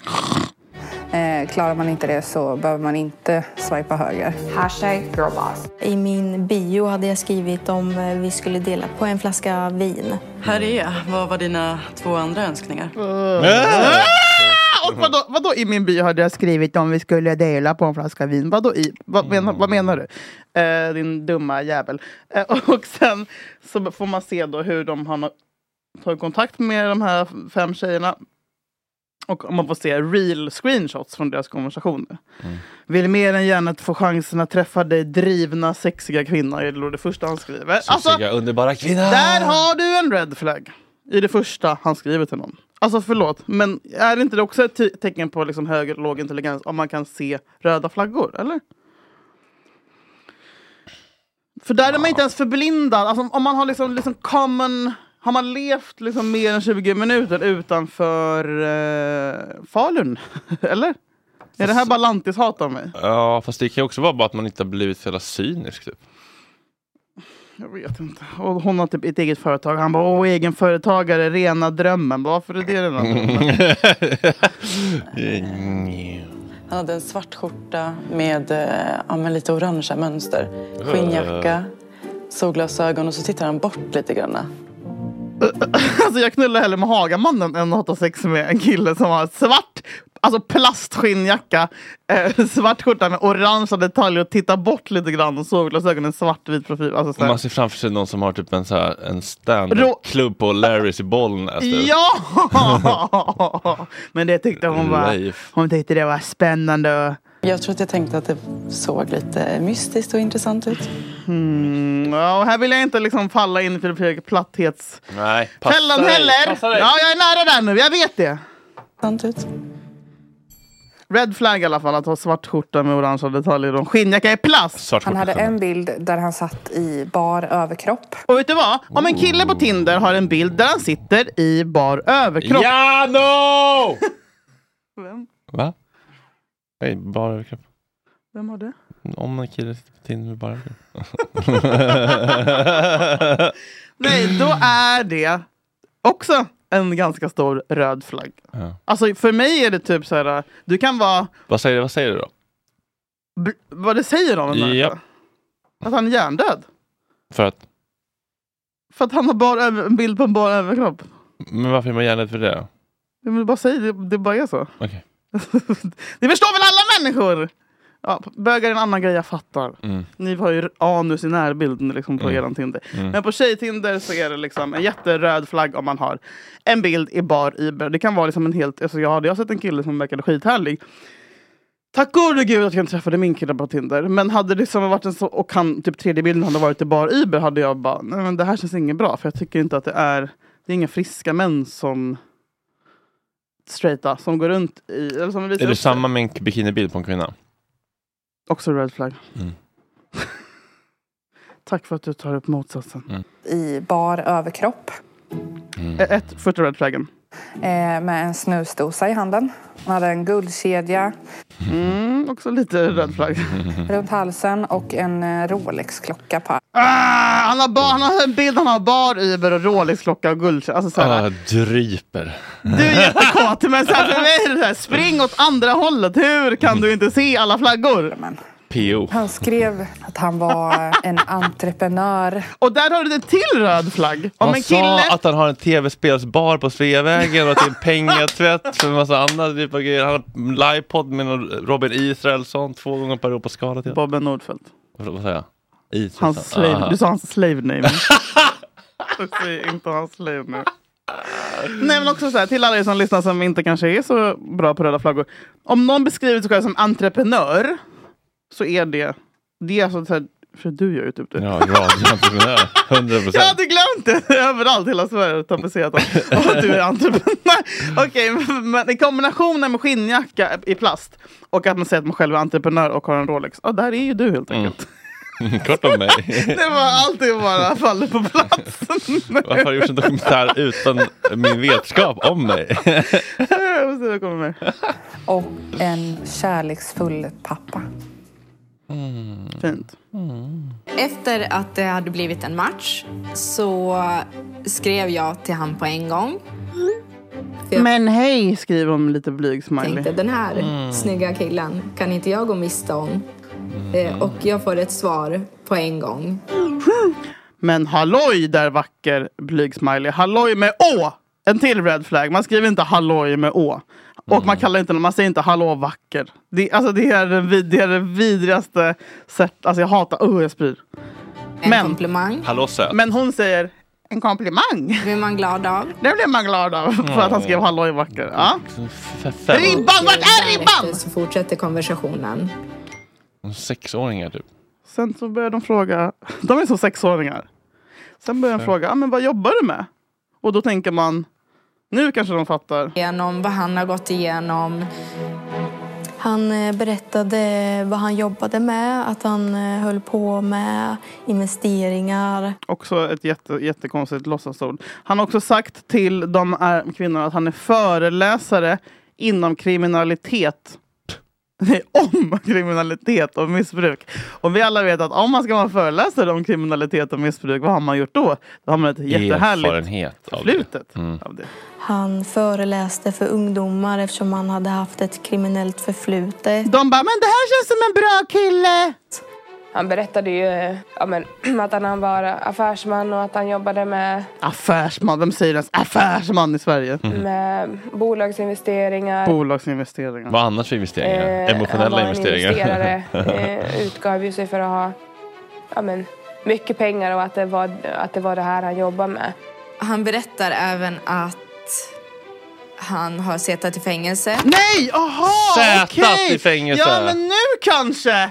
[SPEAKER 7] Eh, Klarar man inte det så behöver man inte swipa höger.
[SPEAKER 3] Hashtag girlboss. I min bio hade jag skrivit om eh, vi skulle dela på en flaska vin.
[SPEAKER 5] Här är jag. Vad var dina två andra önskningar?
[SPEAKER 1] Ah, och vadå, vadå i min by hade jag skrivit om vi skulle dela på en flaska vin? Vadå i? Vad, menar, vad menar du? Eh, din dumma jävel. Eh, och sen så får man se då hur de har tagit kontakt med de här fem tjejerna. Och man får se real screenshots från deras konversationer. Vill mer än gärna att få chansen att träffa dig drivna sexiga kvinna. Det är det första han skriver. Alltså,
[SPEAKER 2] Sexiga, underbara kvinna!
[SPEAKER 1] där har du en red flag. I det första han skriver till någon. Alltså förlåt, men är inte det också ett ty- tecken på liksom hög eller låg intelligens om man kan se röda flaggor? Eller? För där är man inte ens förblindad. Alltså, om man har liksom, liksom common... Har man levt liksom mer än 20 minuter utanför eh, Falun? eller? Är det här bara lantishat av mig?
[SPEAKER 2] Ja, fast det kan ju också vara bara att man inte har blivit så jävla cynisk typ.
[SPEAKER 1] Jag vet inte. Och hon har typ ett eget företag. Han bara, åh egenföretagare, rena drömmen. Bara, Varför är det den här drömmen?
[SPEAKER 5] Han hade en svart skjorta med, eh, ja, med lite orangea mönster. Skinnjacka, solglasögon och så tittar han bort lite grann.
[SPEAKER 1] Alltså jag knullar hellre med Hagamannen än att ha sex med en kille som har svart, alltså plastskinnjacka, eh, svart skjorta med orangea detaljer och tittar bort lite grann och solglasögonen, svartvit profil. Alltså, så här.
[SPEAKER 2] Man ser framför sig någon som har typ en, så här, en
[SPEAKER 1] Rå-
[SPEAKER 2] stand-up-klubb på Larrys i Bollnäs. typ.
[SPEAKER 1] Ja! Men det tyckte hon var,
[SPEAKER 2] Leif.
[SPEAKER 1] hon tyckte det var spännande. Och...
[SPEAKER 5] Jag tror att jag tänkte att det såg lite mystiskt och intressant ut.
[SPEAKER 1] Mm, ja, och här vill jag inte liksom falla in i Filip platthets...
[SPEAKER 2] Nej, passa
[SPEAKER 1] Fällan
[SPEAKER 2] dig,
[SPEAKER 1] heller!
[SPEAKER 2] passa dig.
[SPEAKER 1] Ja, jag är nära där nu, jag vet det.
[SPEAKER 5] Sant ut.
[SPEAKER 1] Red flag i alla fall, att ha svart skjorta med orangea detaljer och en skinnjacka i plast.
[SPEAKER 7] Han hade en bild där han satt i bar överkropp.
[SPEAKER 1] Och vet du vad? Om en kille på Tinder har en bild där han sitter i bar överkropp.
[SPEAKER 2] Ja, no!
[SPEAKER 1] Vem?
[SPEAKER 2] Va? Nej, bara överkropp.
[SPEAKER 1] Vem har det?
[SPEAKER 2] Om en kille sitter på Tinder med bara överkropp.
[SPEAKER 1] Nej, då är det också en ganska stor röd flagg.
[SPEAKER 2] Ja.
[SPEAKER 1] Alltså för mig är det typ så här, du kan vara,
[SPEAKER 2] vad, säger, vad säger du då?
[SPEAKER 1] bl- vad det säger om en människa.
[SPEAKER 2] Ja,
[SPEAKER 1] Att han är hjärndöd.
[SPEAKER 2] för att,
[SPEAKER 1] För att han har bara över, en bild på en bar överkropp.
[SPEAKER 2] men varför är man gärna för det?
[SPEAKER 1] Jag vill bara säga det, det bara är så.
[SPEAKER 2] Okej.
[SPEAKER 1] det förstår väl alla människor? Ja, bögar är en annan grej, jag fattar.
[SPEAKER 2] Mm.
[SPEAKER 1] Ni har ju anus i närbild liksom, på
[SPEAKER 2] Mm.
[SPEAKER 1] eran Tinder.
[SPEAKER 2] Mm.
[SPEAKER 1] Men på tjejtinder så är det liksom en jätteröd flagg om man har en bild i bar Iber. Det kan vara liksom en helt... Alltså, jag, hade, jag har sett en kille som verkade skithärlig. Tack gode gud att jag inte träffade min kille på Tinder. Men hade det liksom varit en så... Och han, typ tredje bilden hade varit i bar Iber hade jag bara... Nej men det här känns inget bra. För jag tycker inte att det är... Det är inga friska män som... Straighta som går runt i... Eller som visar
[SPEAKER 2] Är det
[SPEAKER 1] upp sig.
[SPEAKER 2] samma med en bikinibild på en kvinna?
[SPEAKER 1] Också red flag.
[SPEAKER 2] Mm.
[SPEAKER 1] Tack för att du tar upp motsatsen.
[SPEAKER 7] I bar överkropp.
[SPEAKER 1] Eh, Ett, första red flaggen.
[SPEAKER 7] Eh, med en snusdosa i handen. Han hade en guldkedja
[SPEAKER 1] Mm, också lite red flagg.
[SPEAKER 7] runt halsen och en eh, Rolex-klocka på
[SPEAKER 1] Ah, han, har bar, han har en bild, han har bar, Uber och Rolex-klocka och guld. Alltså, så här,
[SPEAKER 2] Ah, dryper.
[SPEAKER 1] Du är jättekåt, men så här, för mig är det så här, spring åt andra hållet. Hur kan du inte se alla flaggor?
[SPEAKER 2] PO.
[SPEAKER 7] Han skrev att han var eh, en entreprenör.
[SPEAKER 1] Och där har du en till röd flagg. Om
[SPEAKER 2] Han
[SPEAKER 1] en kille...
[SPEAKER 2] sa att han har en tv-spelsbar på Sveavägen och att det är en pengatvätt för en massa annat typ av grejer. Han har en livepodd med någon Robin Israelsson två gånger per år på skala. Till.
[SPEAKER 1] Bobben Nordfeldt.
[SPEAKER 2] Vad vad säger jag? Israelsson.
[SPEAKER 1] Hans slave,
[SPEAKER 2] Ah.
[SPEAKER 1] du sa hans slave name. Säg inte hans slave name. Nej men också så här, till alla er som lyssnar som inte kanske är så bra på röda flaggor. Om någon beskriver sig själv som entreprenör så är det, det är alltså så här, för du gör ju typ det.
[SPEAKER 2] Ja, radioentreprenör. 100
[SPEAKER 1] Jag
[SPEAKER 2] procent.
[SPEAKER 1] hade glömt det överallt, hela Sverige har tapetserat om att du är entreprenör. Okej, men i kombinationen med skinnjacka i plast och att man säger att man själv är entreprenör och har en Rolex. Ja, där är ju du helt enkelt.
[SPEAKER 2] Kort om mig.
[SPEAKER 1] Det var allting bara faller på plats.
[SPEAKER 2] Varför har du gjort en dokumentär utan min vetskap om mig?
[SPEAKER 1] Jag måste se vad kommer med.
[SPEAKER 7] Och en kärleksfull pappa.
[SPEAKER 1] Fint.
[SPEAKER 6] Efter att det hade blivit en match så skrev jag till han på en gång. För jag
[SPEAKER 1] Men hej, skriver hon med lite blyg smiley.
[SPEAKER 6] tänkte den här
[SPEAKER 1] Mm.
[SPEAKER 6] snygga killen kan inte jag gå miste om.
[SPEAKER 1] Mm.
[SPEAKER 6] Eh, och jag får ett svar på en gång.
[SPEAKER 1] Men halloj där vacker blyg smiley. Halloj med å! En till red flag. Man skriver inte halloj med å. Och man kallar inte man säger inte hallå vacker. Det, alltså det är det, vid, det är det vidrigaste sättet. Alltså jag hatar, oh jag spyr.
[SPEAKER 6] En komplimang.
[SPEAKER 2] Hallå söt.
[SPEAKER 1] Men hon säger en komplimang.
[SPEAKER 6] Blir man glad av?
[SPEAKER 1] Det blev man glad av. För att han skrev halloj vacker. Ja.
[SPEAKER 2] Fem,
[SPEAKER 1] Ribban, vart är
[SPEAKER 6] ribban? Så fortsätter konversationen.
[SPEAKER 2] sexåringar typ.
[SPEAKER 1] Sen så börjar de fråga, de är som sexåringar. Sen börjar de
[SPEAKER 2] Så.
[SPEAKER 1] fråga, ah, men vad jobbar du med? Och då tänker man, nu kanske de fattar.
[SPEAKER 6] Genom vad han har gått igenom.
[SPEAKER 3] Han eh, berättade vad han jobbade med, att han eh, höll på med investeringar.
[SPEAKER 1] Också ett jätte, jättekonstigt låtsasord. Han har också sagt till de här kvinnorna att han är föreläsare inom kriminalitet. Nej, om kriminalitet och missbruk. Och vi alla vet att om man ska vara föreläsare om kriminalitet och missbruk, vad har man gjort då? Då har man ett jättehärligt
[SPEAKER 2] Erfarenhet av det. Mm.
[SPEAKER 1] förflutet. Av det.
[SPEAKER 3] Han föreläste för ungdomar eftersom han hade haft ett kriminellt förflutet.
[SPEAKER 1] De bara, men det här känns som en bra kille!
[SPEAKER 8] Han berättade ju eh, ja, men, att han var affärsman och att han jobbade med,
[SPEAKER 1] Affärsman, vem säger ens affärsman i Sverige?
[SPEAKER 2] Mm.
[SPEAKER 8] med bolagsinvesteringar.
[SPEAKER 1] Bolagsinvesteringar.
[SPEAKER 2] Vad annars för investeringar?
[SPEAKER 8] Eh, han var
[SPEAKER 2] Emotionella
[SPEAKER 8] en
[SPEAKER 2] investeringar.
[SPEAKER 8] investerare, eh, utgav ju sig för att ha ja, men, mycket pengar och att det, var, att det var det här han jobbade med.
[SPEAKER 6] Han berättar även att han har suttit i fängelse.
[SPEAKER 1] Nej, aha,
[SPEAKER 2] Sätat
[SPEAKER 1] okej.
[SPEAKER 2] i fängelse.
[SPEAKER 1] Ja, men nu kanske!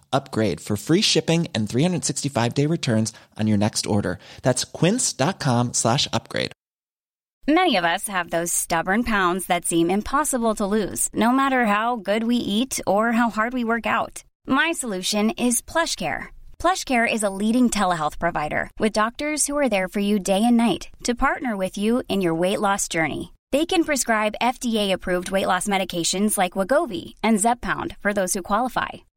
[SPEAKER 9] upgrade for free shipping and 365 day returns on your next order. That's quince.com slash upgrade.
[SPEAKER 10] Many of us have those stubborn pounds that seem impossible to lose, no matter how good we eat or how hard we work out. My solution is PlushCare. PlushCare is a leading telehealth provider with doctors who are there for you day and night to partner with you in your weight loss journey. They can prescribe FDA-approved weight loss medications like Wagovi and Zepbound for those who qualify.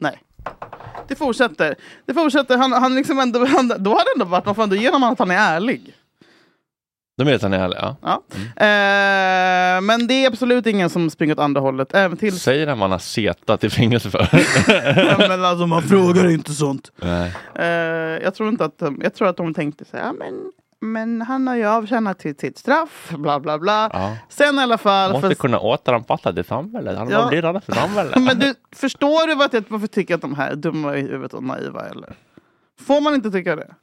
[SPEAKER 1] Nej. Det fortsätter. Det fortsätter. Han, han liksom ändå, han, då har det ändå varit, man får ändå ge honom att han är ärlig.
[SPEAKER 2] De vet att han är ärlig. Ja.
[SPEAKER 1] Ja. Eh, men det är absolut ingen som springer åt andra hållet. Även till...
[SPEAKER 2] Säger han vad han har setat i fängelse för?
[SPEAKER 1] Ja, men alltså man frågar inte sånt.
[SPEAKER 2] Nej.
[SPEAKER 1] Eh, jag, tror inte att, de- jag tror att de tänkte så här, "Ja, men, men han har ju avtjänat sitt, sitt straff, bla bla bla.
[SPEAKER 2] Ja.
[SPEAKER 1] Sen i alla fall...
[SPEAKER 2] Måste
[SPEAKER 1] för-
[SPEAKER 2] kunna återanpassa till samhället. Han
[SPEAKER 1] Ja.
[SPEAKER 2] ja. blir annars i samhället.
[SPEAKER 1] Men du, förstår du vad jag- varför jag tycker att de här är dumma i huvudet och naiva eller? Får man inte tycka det?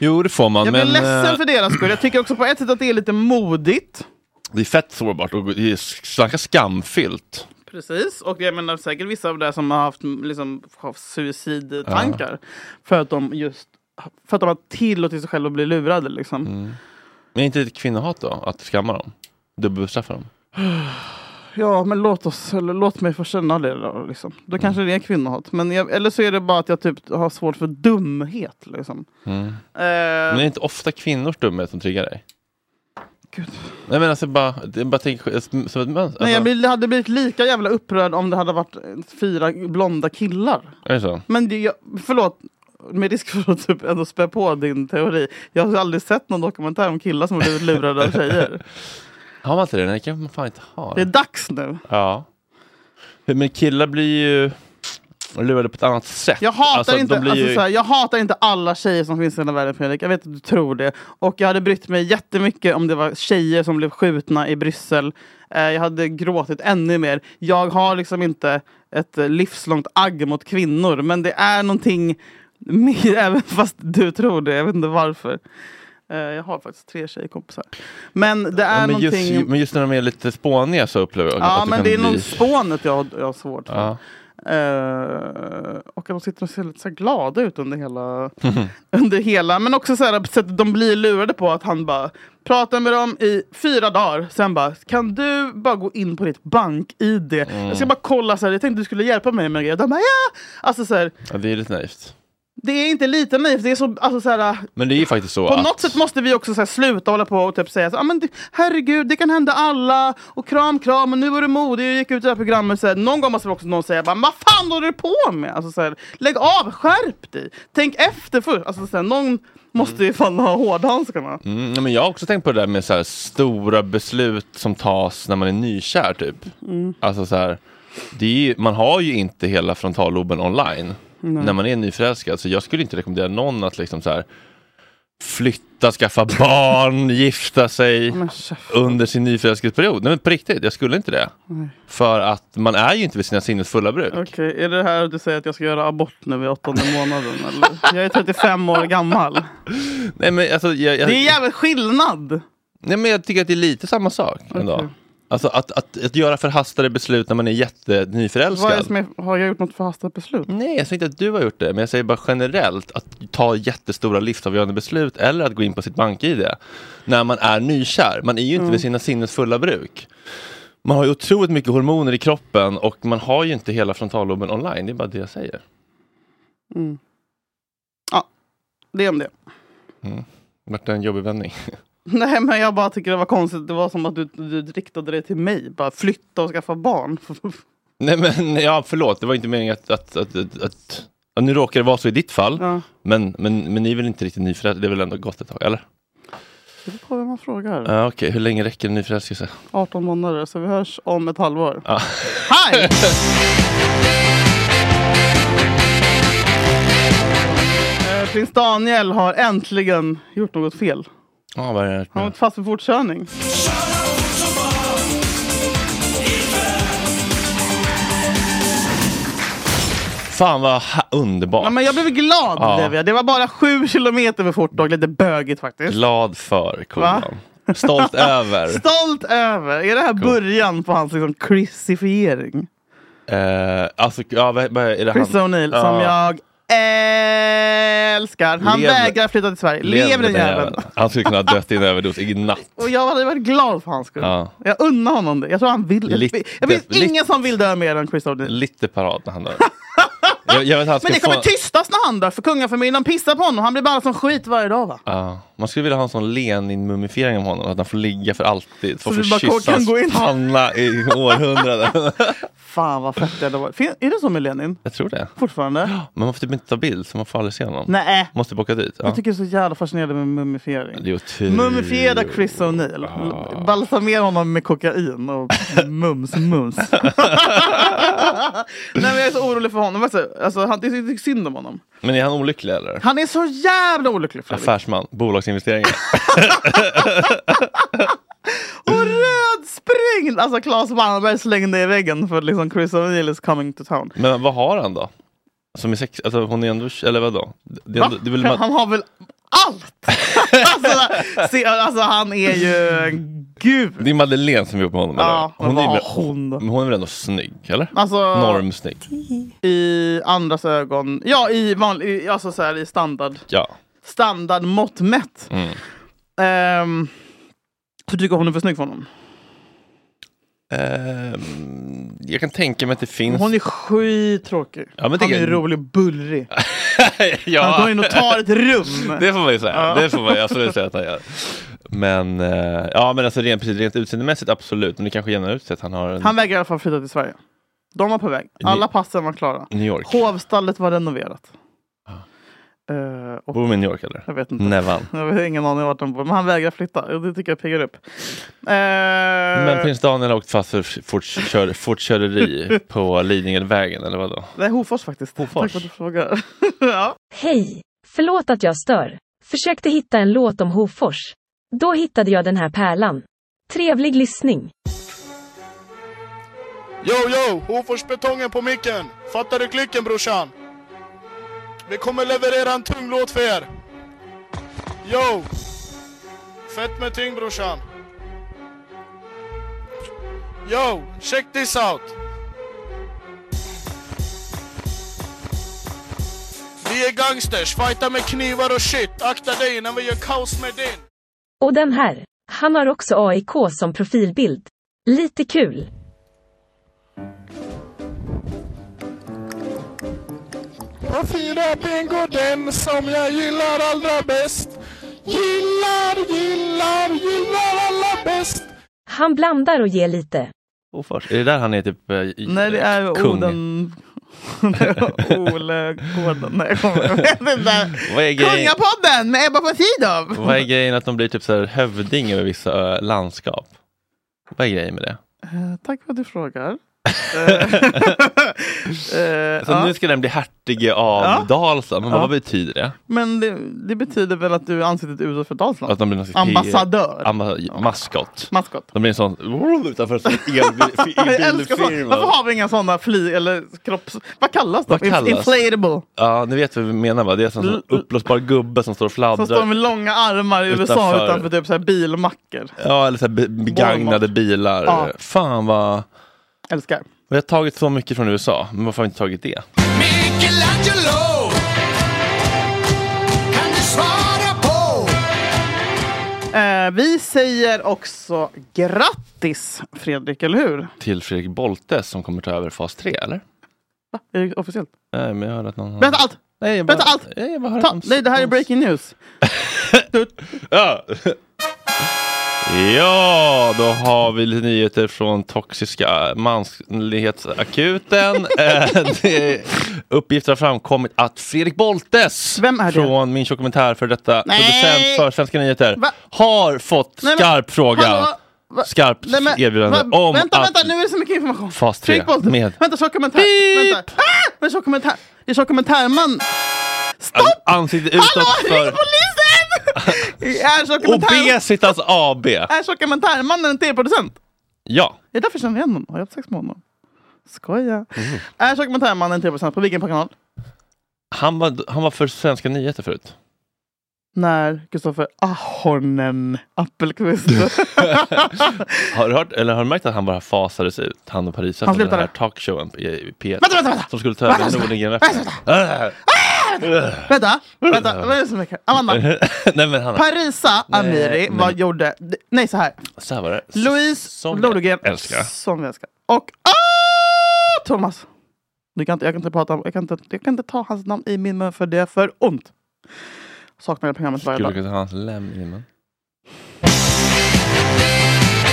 [SPEAKER 2] Jo, det får man.
[SPEAKER 1] Jag blir
[SPEAKER 2] men, eh,
[SPEAKER 1] ledsen för deras skull. Jag tycker också på ett sätt att det är lite modigt.
[SPEAKER 2] Det är fett sårbart och det är snacka skamfyllt.
[SPEAKER 1] Precis, och jag menar säkert vissa av det som har haft mm, liksom, haft suicidtankar. För att de just för att de har tillåtit sig själva att bli lurade. Liksom.
[SPEAKER 2] Mm. Men är inte det ett kvinnohat då? Att skamma dem? Dubbelbestraffa dem?
[SPEAKER 1] Ja, men låt, oss, eller, låt mig få känna det då. Liksom. Då
[SPEAKER 2] Mm.
[SPEAKER 1] kanske det är kvinnohat. Men jag, eller så är det bara att jag typ har svårt för dumhet. Liksom.
[SPEAKER 2] Mm.
[SPEAKER 1] Eh,
[SPEAKER 2] Men det är inte ofta kvinnors dumhet som triggar dig? Nej men alltså bara, det är bara tänk, som ett mönster.
[SPEAKER 1] Nej, jag
[SPEAKER 2] Alltså,
[SPEAKER 1] blir- hade blivit lika jävla upprörd om det hade varit eh, fyra blonda killar.
[SPEAKER 2] Är det så?
[SPEAKER 1] Men det, jag, förlåt, med risk för att typ ändå spä på din teori. Jag har aldrig sett någon dokumentär om killar som har blivit lurade av tjejer.
[SPEAKER 2] Har man inte det? Nej, det kanske man fan inte har.
[SPEAKER 1] Det är dags nu.
[SPEAKER 2] Ja. Men killar blir ju... lurade på ett annat sätt.
[SPEAKER 1] Jag hatar,
[SPEAKER 2] Alltså, de
[SPEAKER 1] inte,
[SPEAKER 2] blir
[SPEAKER 1] alltså,
[SPEAKER 2] ju-
[SPEAKER 1] så här, jag hatar inte alla tjejer som finns i hela världen Fredrik. Jag vet att du tror det. Och jag hade brytt mig jättemycket om det var tjejer som blev skjutna i Bryssel. Eh, jag hade gråtit ännu mer. Jag har liksom inte ett eh, livslångt agg mot kvinnor. Men det är någonting mer, även fast du tror det. Jag vet inte varför. Eh, jag har faktiskt tre tjejkompisar. Men det är
[SPEAKER 2] Ja, men,
[SPEAKER 1] någonting...
[SPEAKER 2] just, men just när de är lite spåniga så upplever jag
[SPEAKER 1] Ja,
[SPEAKER 2] att
[SPEAKER 1] men
[SPEAKER 2] kan
[SPEAKER 1] det är nog
[SPEAKER 2] bli...
[SPEAKER 1] spånet jag har, jag har svårt för.
[SPEAKER 2] Ja.
[SPEAKER 1] Eh, och att de sitter och ser lite så här glada ut under hela... under hela men också så här, på sättet de blir lurade på att han bara pratar med dem i fyra dagar. Sen bara, kan du bara gå in på ditt bank-id? Jag ska bara kolla, så här, jag tänkte du skulle hjälpa mig med grejer. De bara, ja! Alltså så här,
[SPEAKER 2] Ja, det är lite naivt.
[SPEAKER 1] det är inte lite naivt, det är så... Alltså, så här,
[SPEAKER 2] Men det är ju faktiskt så
[SPEAKER 1] på
[SPEAKER 2] att...
[SPEAKER 1] något sätt måste vi också så här, sluta hålla på och typ säga så, ah, men det, herregud, det kan hända alla och kram, kram och nu var du modig och gick ut i det här programmet. Så här, någon gång måste väl också någon säga, bara, vad fan håller du på med? Alltså, så här, Lägg av, skärp dig, tänk efter först. Alltså, så här, någon måste ju fan ha hårdhandskarna.
[SPEAKER 2] Mm, nej, men jag har också tänkt på det där med så här stora beslut som tas när man är nykär typ.
[SPEAKER 1] Mm.
[SPEAKER 2] Alltså så här, det är ju, man har ju inte hela frontalloben online
[SPEAKER 1] Nej.
[SPEAKER 2] när man är nyförälskad. Så jag skulle inte rekommendera någon att liksom så här, flytta, skaffa barn, gifta sig
[SPEAKER 1] Men käften.
[SPEAKER 2] under sin nyförälskelseperiod. Nej men på riktigt, jag skulle inte det.
[SPEAKER 1] Nej.
[SPEAKER 2] För att man är ju inte vid sina sinnes fulla bruk.
[SPEAKER 1] Okej, är det här att du säger att jag ska göra abort nu i åttonde månaden? Eller? Jag är 35 år gammal.
[SPEAKER 2] Nej, men alltså, jag, jag,
[SPEAKER 1] Det är jävligt skillnad!
[SPEAKER 2] Nej, men jag tycker att det är lite samma sak. Ändå. Alltså att, att, att göra förhastade beslut när man är
[SPEAKER 1] Vad är det
[SPEAKER 2] jättenyförälskad.
[SPEAKER 1] som är, har jag gjort något förhastat beslut?
[SPEAKER 2] Nej, jag säger inte att du har gjort det, men jag säger bara generellt att ta jättestora livsavgörande beslut eller att gå in på sitt bank-id när man är nykär. Man är ju inte
[SPEAKER 1] Mm.
[SPEAKER 2] vid sina sinnes fulla bruk. Man har ju otroligt mycket hormoner i kroppen och man har ju inte hela frontalloben online. Det är bara det jag säger.
[SPEAKER 1] Mm. Ja, det om det.
[SPEAKER 2] Mm. Vart det en jobbig vändning?
[SPEAKER 1] Nej men jag bara tycker det var konstigt. Det var som att du, du riktade dig till mig. Bara flytta och skaffa barn.
[SPEAKER 2] Nej men ja, förlåt, det var inte meningen att, att, att, att, att ja, nu råkar det vara så i ditt fall, men, men, men ni är väl inte riktigt nyförälskade? Det är väl ändå gått ett tag, eller?
[SPEAKER 1] Det beror på vem man frågar.
[SPEAKER 2] Ja, Okej, hur länge räcker en nyförälskelse?
[SPEAKER 1] 18 månader. Så vi hörs om ett halvår.
[SPEAKER 2] Ja.
[SPEAKER 1] Hej! Eh, Prins Daniel har äntligen gjort något fel.
[SPEAKER 2] Ja, vad är det?
[SPEAKER 1] Han har varit fast för fortkörning.
[SPEAKER 2] Fan vad ha- underbart!
[SPEAKER 1] Ja, men jag blev glad
[SPEAKER 2] Ja.
[SPEAKER 1] blev jag. Det var bara 7 kilometer för fort och lite bögigt faktiskt.
[SPEAKER 2] Glad för
[SPEAKER 1] Va?
[SPEAKER 2] kolan. Stolt över.
[SPEAKER 1] Stolt över! Är det här början på hans liksom, crucifiering?
[SPEAKER 2] Eh, alltså, ja, vad, vad är det
[SPEAKER 1] Chris
[SPEAKER 2] han?
[SPEAKER 1] O'Neill,
[SPEAKER 2] Ja.
[SPEAKER 1] som jag älskar. Han
[SPEAKER 2] Lev-
[SPEAKER 1] vägrar flytta till Sverige. Lev den jäveln!
[SPEAKER 2] Han skulle kunna ha dött i en överdos i natt.
[SPEAKER 1] Och jag hade varit glad för hans skull.
[SPEAKER 2] Ja.
[SPEAKER 1] Jag unnar honom det. Jag tror han vill. Jag,
[SPEAKER 2] Lite-
[SPEAKER 1] jag vet
[SPEAKER 2] lite-
[SPEAKER 1] ingen som vill dö mer än Chris O'Neill.
[SPEAKER 2] Lite parat när han dör. jag, jag vet, att han
[SPEAKER 1] Men
[SPEAKER 2] ska
[SPEAKER 1] det kommer
[SPEAKER 2] få-
[SPEAKER 1] tystas när han dör, för kungafamiljen pissar på honom. Han blir bara som skit varje dag va?
[SPEAKER 2] Ja, man skulle vilja ha en sån Lenin-mumifiering av honom, att han får ligga för alltid. Får
[SPEAKER 1] Så
[SPEAKER 2] få
[SPEAKER 1] vi bara
[SPEAKER 2] kyssa
[SPEAKER 1] kan
[SPEAKER 2] hans
[SPEAKER 1] gå in.
[SPEAKER 2] panna i århundraden.
[SPEAKER 1] Fan vad fett det hade varit. Fin- Är det så med Lenin?
[SPEAKER 2] Jag tror det.
[SPEAKER 1] Fortfarande?
[SPEAKER 2] Men man får typ inte ta bild, så man får aldrig se honom.
[SPEAKER 1] Nej.
[SPEAKER 2] Måste boka dit. Ja.
[SPEAKER 1] Jag tycker det är så jävla fascinerande med mumifiering.
[SPEAKER 2] Det är otur.
[SPEAKER 1] Mumifiera Chris O'Neill. Balsamera honom med kokain och mums mums. Nej, men jag är så orolig för honom. Alltså, Alltså, han, det är det är synd om honom.
[SPEAKER 2] Men är han olycklig eller?
[SPEAKER 1] Han är så jävla olycklig Fredrik.
[SPEAKER 2] Affärsman, bolagsinvesteringar.
[SPEAKER 1] Och rödsprängd! Alltså Claes Wallenberg slängde i väggen för liksom Chris O'Neill is coming to town.
[SPEAKER 2] Men vad har han då? Som är sex, alltså hon är ändå, eller vadå? Det är
[SPEAKER 1] Va?
[SPEAKER 2] ändå, det är väl
[SPEAKER 1] Han
[SPEAKER 2] man,
[SPEAKER 1] har väl allt! alltså, se, alltså han är ju en gud.
[SPEAKER 2] det är Madeleine som är ihop med honom
[SPEAKER 1] Ja,
[SPEAKER 2] eller?
[SPEAKER 1] men
[SPEAKER 2] är
[SPEAKER 1] vad
[SPEAKER 2] väl,
[SPEAKER 1] har hon då?
[SPEAKER 2] men hon är väl ändå snygg eller?
[SPEAKER 1] Alltså-
[SPEAKER 2] Normsnygg.
[SPEAKER 1] I andras ögon, ja i vanlig, i- alltså så här, i standard.
[SPEAKER 2] Ja.
[SPEAKER 1] Standardmått mätt.
[SPEAKER 2] Mm.
[SPEAKER 1] Ehm, så tycker hon är för snygg för honom.
[SPEAKER 2] Ehm, jag kan tänka mig att det finns...
[SPEAKER 1] Hon är skittråkig.
[SPEAKER 2] Ja, men
[SPEAKER 1] han
[SPEAKER 2] det-
[SPEAKER 1] är rolig och bullrig.
[SPEAKER 2] ja.
[SPEAKER 1] Han går in och tar ett rum.
[SPEAKER 2] Det får man ju säga.
[SPEAKER 1] Ja.
[SPEAKER 2] Det får man ju absolut säga att han gör. Men, eh, ja, men alltså rent, precis, rent utseendemässigt absolut. Men det kanske jämnar ut sig att han har en
[SPEAKER 1] Han vägrar i alla fall flytta till Sverige. De var på väg. Alla passen var klara.
[SPEAKER 2] New York.
[SPEAKER 1] Hovstallet var renoverat.
[SPEAKER 2] Ah.
[SPEAKER 1] Eh, och-
[SPEAKER 2] Bor i New York eller?
[SPEAKER 1] Jag vet inte. Eh.
[SPEAKER 2] Nevan.
[SPEAKER 1] Jag har ingen aning vart han bor, men han vägrar flytta. Och Det tycker jag piggar upp. Eh,
[SPEAKER 2] Men prins Daniel har åkt fast för fortkör, fortköreri på Lidingövägen eller vadå?
[SPEAKER 1] Det är Hofors faktiskt. Tack för att du frågar. ja.
[SPEAKER 11] Hej! Förlåt att jag stör. Försökte hitta en låt om Hofors. Då hittade jag den här pärlan. Trevlig lyssning!
[SPEAKER 12] Yo, yo! Hoforsbetongen på micken! Fattar du klicken brorsan? Vi kommer leverera en tung låt för er! Yo! Fett med tyngd brorsan! Yo! Check this out! Vi är gangsters, fightar med knivar och shit! Akta dig innan vi gör kaos med din!
[SPEAKER 11] Och den här. Han har också AIK som profilbild. Lite kul.
[SPEAKER 12] Och fira bingo den som jag gillar allra bäst Gillar, gillar, gillar allra bäst
[SPEAKER 11] Han blandar och ger lite.
[SPEAKER 2] Hofors. Är det där han är typ eh, i-
[SPEAKER 1] Nej, det är
[SPEAKER 2] kung?
[SPEAKER 1] Oden... Ole Gården. Nej, jag kommer jag vet inte.
[SPEAKER 2] Vad är grejen?
[SPEAKER 1] Kungapodden med Ebba von Sydow!
[SPEAKER 2] Vad är grejen att de blir typ så här hövding över vissa eh, landskap? Vad är grejen med det?
[SPEAKER 1] Eh, tack för att du frågar.
[SPEAKER 2] Så
[SPEAKER 1] Eh, ja.
[SPEAKER 2] nu ska den bli hertige av
[SPEAKER 1] Ja.
[SPEAKER 2] Dalsland, men
[SPEAKER 1] Ja.
[SPEAKER 2] vad betyder det?
[SPEAKER 1] Men det, det betyder väl att du är ansiktet utåt för Dalsland?
[SPEAKER 2] Att de blir någon slags-
[SPEAKER 1] Ambassadör.
[SPEAKER 2] Amba- maskot.
[SPEAKER 1] Maskot.
[SPEAKER 2] De blir en sån utanför en sån elbil-
[SPEAKER 1] Jag älskar sånt.
[SPEAKER 2] elbilfirma.
[SPEAKER 1] Varför har vi inga sådana fly eller kropps... Vad kallas det?
[SPEAKER 2] Vad kallas?
[SPEAKER 1] Inflatable.
[SPEAKER 2] Ja, ni vet vad vi menar va? Det är en sån
[SPEAKER 1] L-
[SPEAKER 2] uppblåsbar gubbe som står och
[SPEAKER 1] Som står
[SPEAKER 2] fladdrar.
[SPEAKER 1] med långa armar i USA
[SPEAKER 2] Utanför.
[SPEAKER 1] utanför typ så här bilmacker.
[SPEAKER 2] Ja, eller så här be- begagnade bilar.
[SPEAKER 1] Ja.
[SPEAKER 2] Fan vad...
[SPEAKER 1] Älskar.
[SPEAKER 2] Vi har tagit så mycket från USA, men varför har vi inte tagit det?
[SPEAKER 12] Michelangelo Kan du svara på?
[SPEAKER 1] Eh, vi säger också grattis Fredrik, eller hur?
[SPEAKER 2] Till Fredrik Bolte som kommer ta över fas 3, eller?
[SPEAKER 1] Va? Är det officiellt?
[SPEAKER 2] Nej, men jag hörde att någon...
[SPEAKER 1] Berätta allt!
[SPEAKER 2] Nej,
[SPEAKER 1] Berätta allt! Ta, nej, det här är breaking news.
[SPEAKER 2] Ja. Ja, då har vi lite nyheter från Toxiska manlighetsakuten. Eh, det- Uppgifter har framkommit att Fredrik Boltes från Min dokumentär för detta
[SPEAKER 1] Nej.
[SPEAKER 2] producent för Svenska nyheter
[SPEAKER 1] Va?
[SPEAKER 2] har fått
[SPEAKER 1] Nej, men-
[SPEAKER 2] skarp fråga.
[SPEAKER 1] Hallå? Va-
[SPEAKER 2] Skarpt
[SPEAKER 1] Nej, men-
[SPEAKER 2] erbjudande
[SPEAKER 1] va-
[SPEAKER 2] om
[SPEAKER 1] Vänta,
[SPEAKER 2] att...
[SPEAKER 1] vänta, nu är det så mycket information.
[SPEAKER 2] Fas tre
[SPEAKER 1] Tryck på-
[SPEAKER 2] med-
[SPEAKER 1] Vänta, så kommentar. Vänta. Ah! Men så kommentar. Det är så kommentärman.
[SPEAKER 2] Stopp! Ansiktet utåt för
[SPEAKER 1] Är så kommentär.
[SPEAKER 2] Obesitas AB.
[SPEAKER 1] Är så kommentärmannen en tv-producent?
[SPEAKER 2] Ja.
[SPEAKER 1] Det är därför jag känner igen honom. Har jag haft sex med honom? Skoja.
[SPEAKER 2] Mm.
[SPEAKER 1] Är så kommentärmannen en tv-producent på vilken kanal?
[SPEAKER 2] Han var, han var för Svenska nyheter förut.
[SPEAKER 1] När Kristoffer Ahonen Appelqvist.
[SPEAKER 2] Har du, hört, eller har du märkt att han bara fasades ut, han och Paris
[SPEAKER 1] Han
[SPEAKER 2] efter den
[SPEAKER 1] slutade.
[SPEAKER 2] här talkshowen i i P1?
[SPEAKER 1] Vänta, vänta, vänta!
[SPEAKER 2] Som skulle ta
[SPEAKER 1] Vänta,
[SPEAKER 2] över
[SPEAKER 1] vänta,
[SPEAKER 2] Nordengren
[SPEAKER 1] vänta, vänta, vänta. Vad är det så mycket? Amanda.
[SPEAKER 2] Mm. Nej men Hanna.
[SPEAKER 1] Parisa Amiri
[SPEAKER 2] Nej,
[SPEAKER 1] vad
[SPEAKER 2] men-
[SPEAKER 1] gjorde... Nej, så här.
[SPEAKER 2] Så här var det.
[SPEAKER 1] Louise Lodogren.
[SPEAKER 2] älskar.
[SPEAKER 1] Som vi älskar. Och ah, Thomas. Du kan inte, jag, kan inte prata, om- jag, kan inte, jag kan inte ta hans namn i min mun för det är för ont. Saknar det programmet varje
[SPEAKER 2] Skulle
[SPEAKER 1] dag.
[SPEAKER 2] du kunna ha hans lem i munnen?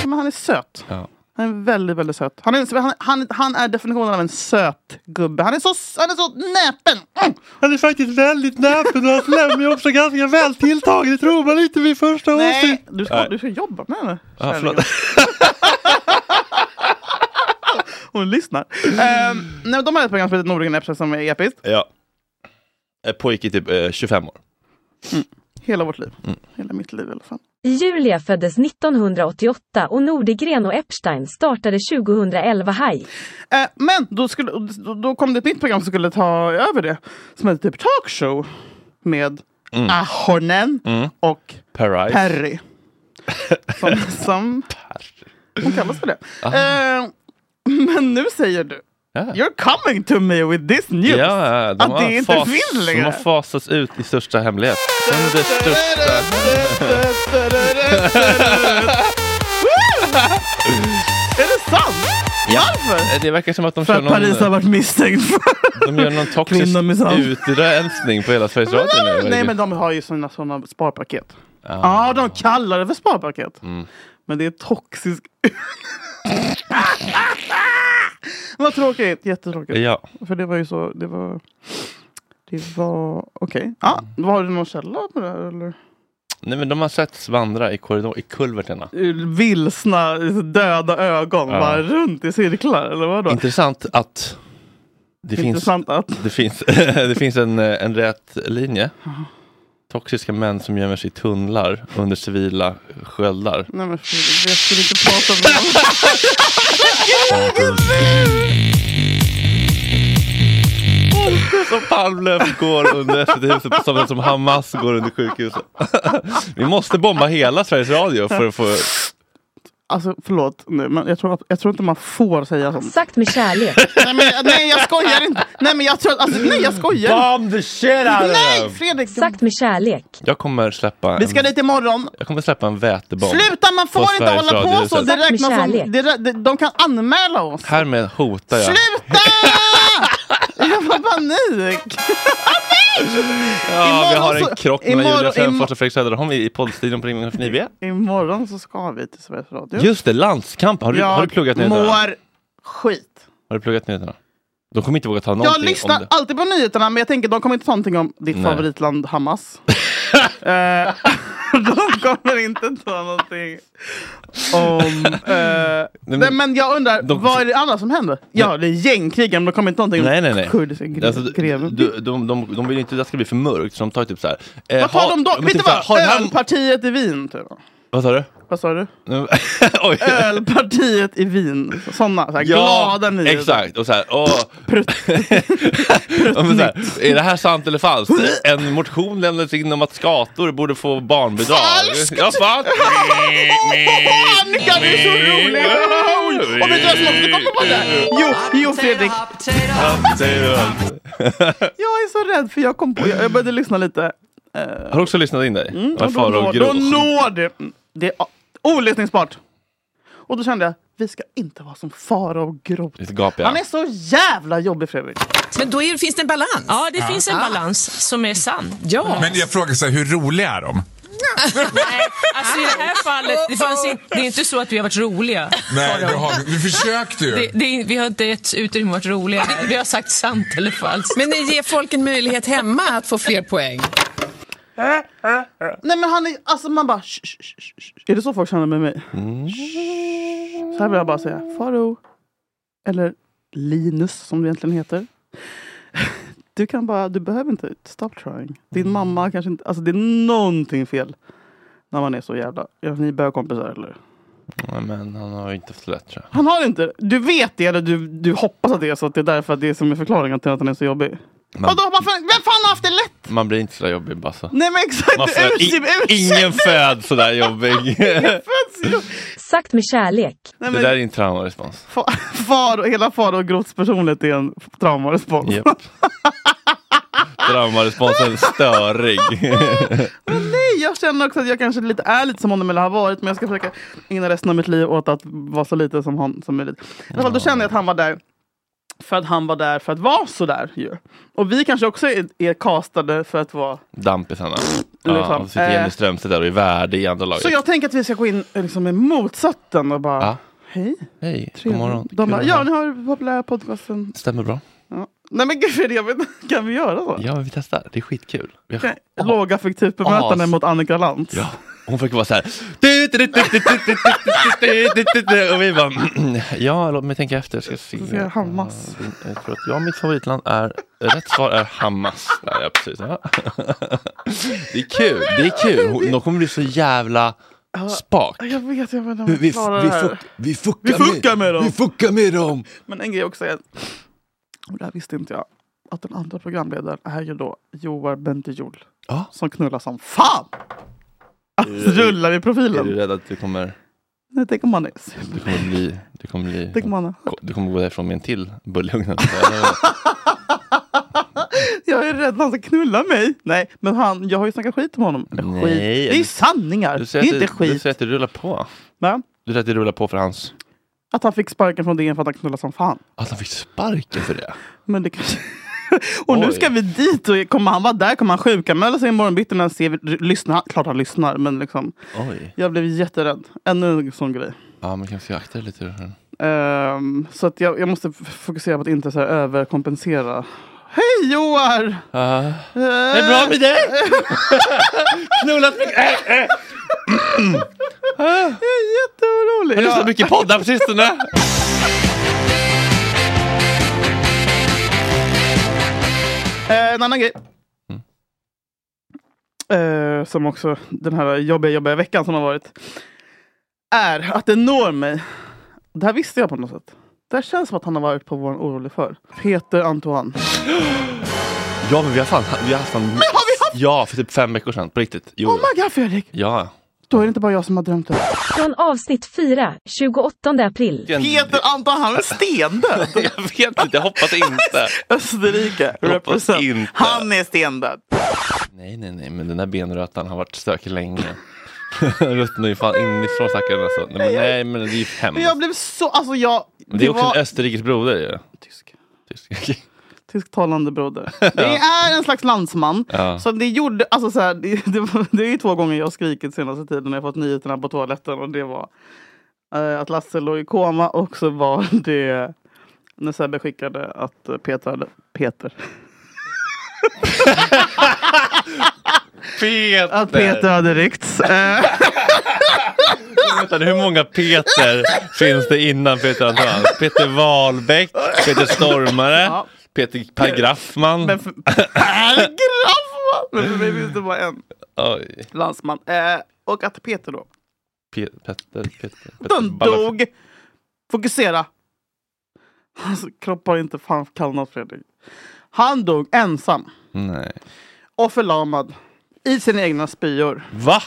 [SPEAKER 1] Men han är söt.
[SPEAKER 2] Ja.
[SPEAKER 1] Han är väldigt, väldigt söt. Han är, han, han, han är definitionen av en söt gubbe. Han är så, han är så näpen! Mm.
[SPEAKER 2] Han är faktiskt väldigt näpen och hans lem är också ganska väl tilltagen. Det tror man inte vid första
[SPEAKER 1] Nej, du ska,
[SPEAKER 2] Nej.
[SPEAKER 1] du ska jobba med henne.
[SPEAKER 2] Ah, förlåt.
[SPEAKER 1] Hon lyssnar. Ehm, nej, de har ett program som heter Nordgren Epstein som är episkt.
[SPEAKER 2] Ja. Eh, Pojke i typ eh, 25 år.
[SPEAKER 1] Hela vårt liv.
[SPEAKER 2] Mm.
[SPEAKER 1] Hela mitt liv i alla fall.
[SPEAKER 11] Julia föddes 1988 och Nordegren och Epstein startade 2011 High.
[SPEAKER 1] Eh, men då, skulle, då, då kom det ett nytt program som skulle ta över det. Som hette typ Talkshow. Med
[SPEAKER 2] Mm.
[SPEAKER 1] Ahonen och
[SPEAKER 2] Paris.
[SPEAKER 1] Perry. Som, som hon kallas för det. Eh, men nu säger du You're coming to me with this news!
[SPEAKER 2] Ja, de
[SPEAKER 1] att
[SPEAKER 2] har
[SPEAKER 1] det inte
[SPEAKER 2] fas-
[SPEAKER 1] finns
[SPEAKER 2] De
[SPEAKER 1] längre!
[SPEAKER 2] har fasats ut i största hemlighet. Under största...
[SPEAKER 1] Är det sant?
[SPEAKER 2] Ja. Varför? Det verkar som att de
[SPEAKER 1] För
[SPEAKER 2] kör
[SPEAKER 1] att Paris har
[SPEAKER 2] någon,
[SPEAKER 1] varit misstänkt för
[SPEAKER 2] de gör någon toxisk
[SPEAKER 1] kvinnomisshandel.
[SPEAKER 2] utrensning på hela Sveriges Radio nu.
[SPEAKER 1] Nej
[SPEAKER 2] verkar-
[SPEAKER 1] men de har ju såna, såna sparpaket. Ja, de kallar det för sparpaket.
[SPEAKER 2] Mm.
[SPEAKER 1] Men det är toxisk... Vad tråkigt, jättetråkigt.
[SPEAKER 2] Ja.
[SPEAKER 1] För det var ju så, det var... Det var... Okej. Ah, var det någon källa på det här eller?
[SPEAKER 2] Nej men de har setts vandra i korridor, i kulverterna.
[SPEAKER 1] Vilsna, döda ögon
[SPEAKER 2] Ja.
[SPEAKER 1] bara runt i cirklar eller vadå?
[SPEAKER 2] Intressant att det
[SPEAKER 1] Intressant
[SPEAKER 2] finns,
[SPEAKER 1] att-
[SPEAKER 2] Det finns, det finns en, eh, en rät linje. Toxiska män som gömmer sig i tunnlar under civila sköldar.
[SPEAKER 1] Nej men för- jag skulle inte prata om det.
[SPEAKER 2] Som Palmlöf går under SVT-huset på samma sätt som Hamas går under sjukhuset. Vi måste bomba hela Sveriges Radio för att få...
[SPEAKER 1] Alltså förlåt nu men jag tror, jag tror inte man får säga sånt.
[SPEAKER 11] Sagt med kärlek.
[SPEAKER 1] nej, men, nej jag skojar inte. Nej men jag tror alltså, nej jag skojar.
[SPEAKER 2] Bomb the shit out of
[SPEAKER 1] Nej
[SPEAKER 2] them.
[SPEAKER 1] Fredrik.
[SPEAKER 11] Sagt med kärlek.
[SPEAKER 2] Jag kommer släppa
[SPEAKER 1] Vi ska
[SPEAKER 2] en,
[SPEAKER 1] dit imorgon.
[SPEAKER 2] jag kommer släppa en vätebomb.
[SPEAKER 1] Sluta man får
[SPEAKER 2] på
[SPEAKER 1] inte
[SPEAKER 2] Sveriges
[SPEAKER 1] hålla på
[SPEAKER 2] Radio-huset.
[SPEAKER 1] så. Det räknas som, det, rä- det, de kan anmäla oss.
[SPEAKER 2] Härmed hotar jag.
[SPEAKER 1] Sluta! jag får panik.
[SPEAKER 2] Ja, vi
[SPEAKER 1] Ah, Imorgon
[SPEAKER 2] har en
[SPEAKER 1] så-
[SPEAKER 2] krock mellan Julia
[SPEAKER 1] imorgon-
[SPEAKER 2] Frändfors och Fredrik Söderholm i i poddstudion på Ring 9B.
[SPEAKER 1] Imorgon så ska vi till Sveriges Radio.
[SPEAKER 2] Just det, landskamp. Har du,
[SPEAKER 1] jag
[SPEAKER 2] har du pluggat nyheterna?
[SPEAKER 1] mår skit.
[SPEAKER 2] Har du pluggat nyheterna? De kommer inte våga ta någonting
[SPEAKER 1] Jag lyssnar
[SPEAKER 2] om det.
[SPEAKER 1] alltid på nyheterna men jag tänker de kommer inte ta någonting om ditt
[SPEAKER 2] Nej.
[SPEAKER 1] favoritland Hamas. Eh, de kommer inte ta någonting om... eh,
[SPEAKER 2] men-
[SPEAKER 1] nej, men jag undrar, vad är det andra som händer? Ja, det är gängkrigen men de kommer inte ta någonting
[SPEAKER 2] Nej, nej,
[SPEAKER 1] om
[SPEAKER 2] nej.
[SPEAKER 1] kurdiska gre-
[SPEAKER 2] Alltså, du, de, de, de vill ju inte att det ska bli för mörkt, så de tar ju typ så här. eh,
[SPEAKER 1] Vad tar
[SPEAKER 2] ha-
[SPEAKER 1] de då?
[SPEAKER 2] men
[SPEAKER 1] Vet du
[SPEAKER 2] typ så här, har
[SPEAKER 1] vad?
[SPEAKER 2] det här-
[SPEAKER 1] Ölpartiet i Wien. Typ.
[SPEAKER 2] Vad sa du?
[SPEAKER 1] Vad sa du?
[SPEAKER 2] Oj.
[SPEAKER 1] Ölpartiet i Wien. Sådana så här, glada nyheter.
[SPEAKER 2] Exakt, och så här, åh. Ja, men så här, är det här sant eller falskt? En motion lämnades in om att skator borde få barnbidrag.
[SPEAKER 1] Falskt!
[SPEAKER 2] Ja, falskt!
[SPEAKER 1] Annika, du är så rolig! Och vet du vad som också kommer på det? Jo, jo Fredrik. Jag är så rädd för jag kom på, jag jag började lyssna lite.
[SPEAKER 2] Har du också lyssnat in dig?
[SPEAKER 1] Mm,
[SPEAKER 2] Vad
[SPEAKER 1] och då
[SPEAKER 2] Farao
[SPEAKER 1] når, då
[SPEAKER 2] Groth.
[SPEAKER 1] når det. Mm, Det är a- olyssningsbart. Och då kände jag, vi ska inte vara som Farao Groth.
[SPEAKER 2] Lite gapiga.
[SPEAKER 1] Han är så jävla jobbig Fredrik.
[SPEAKER 13] Men då är, finns det en balans. Ja, det
[SPEAKER 14] Ja.
[SPEAKER 13] finns en
[SPEAKER 14] Ja.
[SPEAKER 13] balans som är sann. Ja.
[SPEAKER 14] Men jag frågar så här, hur roliga är de?
[SPEAKER 13] Nej, alltså i det här fallet, det, fanns in, det är inte så att vi har varit roliga.
[SPEAKER 14] Nej, du, har, du försökte
[SPEAKER 13] Det,
[SPEAKER 14] ju.
[SPEAKER 13] det, är- vi har inte gett utrymme att vara roliga. här. Vi har sagt sant eller falskt.
[SPEAKER 14] Men ni ger folk en möjlighet hemma att få fler poäng.
[SPEAKER 1] Nej men han är, alltså man bara, "Shh, shh, shh, shh, shh." är det så folk känner med mig?
[SPEAKER 2] Mm.
[SPEAKER 1] Så här vill jag bara säga, Farao, eller Linus som du egentligen heter. Du kan bara, du behöver inte, stop trying. Din
[SPEAKER 2] Mm.
[SPEAKER 1] mamma kanske inte, alltså det är någonting fel. När man är så jävla, är ni bögkompisar eller?
[SPEAKER 2] Nej, men han har ju inte haft det lätt tror jag.
[SPEAKER 1] Han har inte, du vet det eller du, du hoppas att det är så att det är därför att det är som är förklaringen till att han är så jobbig.
[SPEAKER 2] Man,
[SPEAKER 1] Vadå, varför, vem fan har haft det lätt?
[SPEAKER 2] man blir inte så där jobbig Bassa.
[SPEAKER 1] Nej men exakt,
[SPEAKER 2] Man föd,
[SPEAKER 1] ursäkta, ursäkta.
[SPEAKER 2] ingen föds sådär jobbig.
[SPEAKER 11] Sagt med kärlek.
[SPEAKER 1] Nej,
[SPEAKER 2] Det
[SPEAKER 1] men-
[SPEAKER 2] där är en traumarespons.
[SPEAKER 1] Fa- Far, hela far och Groths personlighet är en traumarespons.
[SPEAKER 2] Japp. Traumaresponsen störig.
[SPEAKER 1] Men nej, jag känner också att jag kanske lite är lite som honom eller har varit. Men jag ska försöka ägna resten av mitt liv åt att vara så lite som han som möjligt. I alla fall, då känner jag att han var där för att han var där för att vara sådär ju. Och vi kanske också är, är castade för att vara...
[SPEAKER 2] Dampisarna. Ja,
[SPEAKER 1] Liksom,
[SPEAKER 2] och sitter Jenny
[SPEAKER 1] eh.
[SPEAKER 2] Strömstedt där och är värdig i andra laget.
[SPEAKER 1] Så jag tänker att vi ska gå in eh, liksom med motsatsen och bara...
[SPEAKER 2] Ja.
[SPEAKER 1] Hej!
[SPEAKER 2] Hej, god
[SPEAKER 1] Trevligt.
[SPEAKER 2] morgon.
[SPEAKER 1] De
[SPEAKER 2] Kul
[SPEAKER 1] bara,
[SPEAKER 2] att
[SPEAKER 1] ja,
[SPEAKER 2] ha-
[SPEAKER 1] ni har populära podcasten.
[SPEAKER 2] Stämmer bra.
[SPEAKER 1] Ja. Nej men gud, för det, men kan vi göra så?
[SPEAKER 2] Ja, men vi testar. Det är skitkul. Vi har-
[SPEAKER 1] Okay. Lågaffektivt bemötande
[SPEAKER 2] As.
[SPEAKER 1] mot Annika Lantz.
[SPEAKER 2] Ja. Hon försöker vara så här. "Du, du, du, du, du, du, du, du, du, du." Och vi bara, ja, låt mig tänka efter. Jag Ska se.
[SPEAKER 1] Så ska jag Hamas.
[SPEAKER 2] Jag tror att jag, mitt favoritland är, rätt svar är Hamas. Nej, ja, precis. Ja. Det är kul, det är kul. Hon- De kommer bli så jävla spak.
[SPEAKER 1] Jag vet, jag vet inte om
[SPEAKER 2] Vi,
[SPEAKER 1] jag
[SPEAKER 2] vi,
[SPEAKER 1] klarar
[SPEAKER 2] vi,
[SPEAKER 1] det här.
[SPEAKER 2] fuck, vi, fuckar
[SPEAKER 1] Vi fuckar med dem.
[SPEAKER 2] Vi fuckar med dem!
[SPEAKER 1] Men en grej också är, och det här visste inte jag, att den andra programledaren är ju då Joar Bentejol. Som knullar som fan! Alltså, rullar i
[SPEAKER 2] Är
[SPEAKER 1] profilen.
[SPEAKER 2] du rädd att du kommer,
[SPEAKER 1] Nej, tänk om han är...
[SPEAKER 2] du kommer bli... Du kommer, bli,
[SPEAKER 1] Tänk om han är...
[SPEAKER 2] du kommer gå därifrån med en till buljong?
[SPEAKER 1] Jag är rädd att han ska knulla mig. Nej, men han, jag har ju snackat skit om honom. Eller
[SPEAKER 2] Nej.
[SPEAKER 1] skit. Det är sanningar.
[SPEAKER 2] Du
[SPEAKER 1] Det
[SPEAKER 2] säger att
[SPEAKER 1] är inte
[SPEAKER 2] Du
[SPEAKER 1] skit.
[SPEAKER 2] säger att det rullar på.
[SPEAKER 1] Va?
[SPEAKER 2] Du säger att det rullar på för hans...
[SPEAKER 1] Att han fick sparken från DN för att han knullade som fan.
[SPEAKER 2] Att han fick sparken för det?
[SPEAKER 1] Men det kanske... Och nu
[SPEAKER 2] Oj.
[SPEAKER 1] ska vi dit och kommer han vara där kommer han sjukanmäla sig imorgon bitti när han ser, r- lyssnar, klart han lyssnar men liksom.
[SPEAKER 2] Oj.
[SPEAKER 1] Jag blev jätterädd. Ännu en sån grej.
[SPEAKER 2] Ja, men kanske jag aktar lite.
[SPEAKER 1] Ehm, så att jag, jag måste f- fokusera på att inte så här överkompensera Hej Joar!
[SPEAKER 2] Ja.
[SPEAKER 1] Det
[SPEAKER 2] är bra med dig? Knullat mycket? Äh, äh.
[SPEAKER 1] Jag är jätteorolig.
[SPEAKER 2] Har du lyssnat
[SPEAKER 1] Ja.
[SPEAKER 2] mycket poddar på sistone?
[SPEAKER 1] Eh, en annan grej. Eh, som också den här jobbiga, jobbiga veckan som har varit. Är att det når mig. Det här visste jag på något sätt. Det här känns som att han har varit på vår orolig för. Peter Antoine.
[SPEAKER 2] Ja, men vi har fan... Vi har haft fan... Men har vi haft? Ja, för typ fem veckor sedan. På riktigt. Jo.
[SPEAKER 1] Oh my god Fredrik!
[SPEAKER 2] Ja.
[SPEAKER 1] Då är det inte bara jag som har drömt det.
[SPEAKER 11] Från avsnitt 4, 28 april.
[SPEAKER 1] Peter Antoine, han är stendöd!
[SPEAKER 2] jag vet inte, jag hoppas inte.
[SPEAKER 1] Österrike,
[SPEAKER 2] Jag hoppas
[SPEAKER 1] represent.
[SPEAKER 2] inte.
[SPEAKER 1] Han är stendöd.
[SPEAKER 2] Nej, nej, nej, men den där benrötan har varit stökig länge. Ruttnar ju fan inifrån stackaren alltså. Nej, men, nej, men det är ju
[SPEAKER 1] Men
[SPEAKER 2] hemskt.
[SPEAKER 1] jag blev så, alltså jag...
[SPEAKER 2] Men det är
[SPEAKER 1] det
[SPEAKER 2] också
[SPEAKER 1] var-
[SPEAKER 2] en Österrikes broder ju.
[SPEAKER 1] Tysk.
[SPEAKER 2] Tysk.
[SPEAKER 1] Tysktalande broder. Det är en slags landsman.
[SPEAKER 2] Ja.
[SPEAKER 1] Så det gjorde, alltså så här, det, det, var- det är ju två gånger jag har skrikit senaste tiden när jag fått nyheterna på toaletten och det var eh, att Lasse låg i koma och så var det när Sebbe skickade att eh, Peter hade, Peter.
[SPEAKER 2] Peter!
[SPEAKER 1] Att Peter hade ryckts. Eh,
[SPEAKER 2] Vänta, hur många Peter finns det innan Peter Antoine? Peter Wahlbeck, Peter Stormare, Peter Per Graffman.
[SPEAKER 1] Men för- Per Graffman! alltså! Men för mig finns det bara en
[SPEAKER 2] Oj.
[SPEAKER 1] landsman. Eh, och att Peter då,
[SPEAKER 2] Pe- Peter, Peter, Peter.
[SPEAKER 1] den
[SPEAKER 2] Balla-
[SPEAKER 1] dog! Fokusera! Hans kropp har inte fan kallnat Fredrik. Han dog ensam.
[SPEAKER 2] Nej.
[SPEAKER 1] och förlamad i sina egna spyor.
[SPEAKER 2] Va?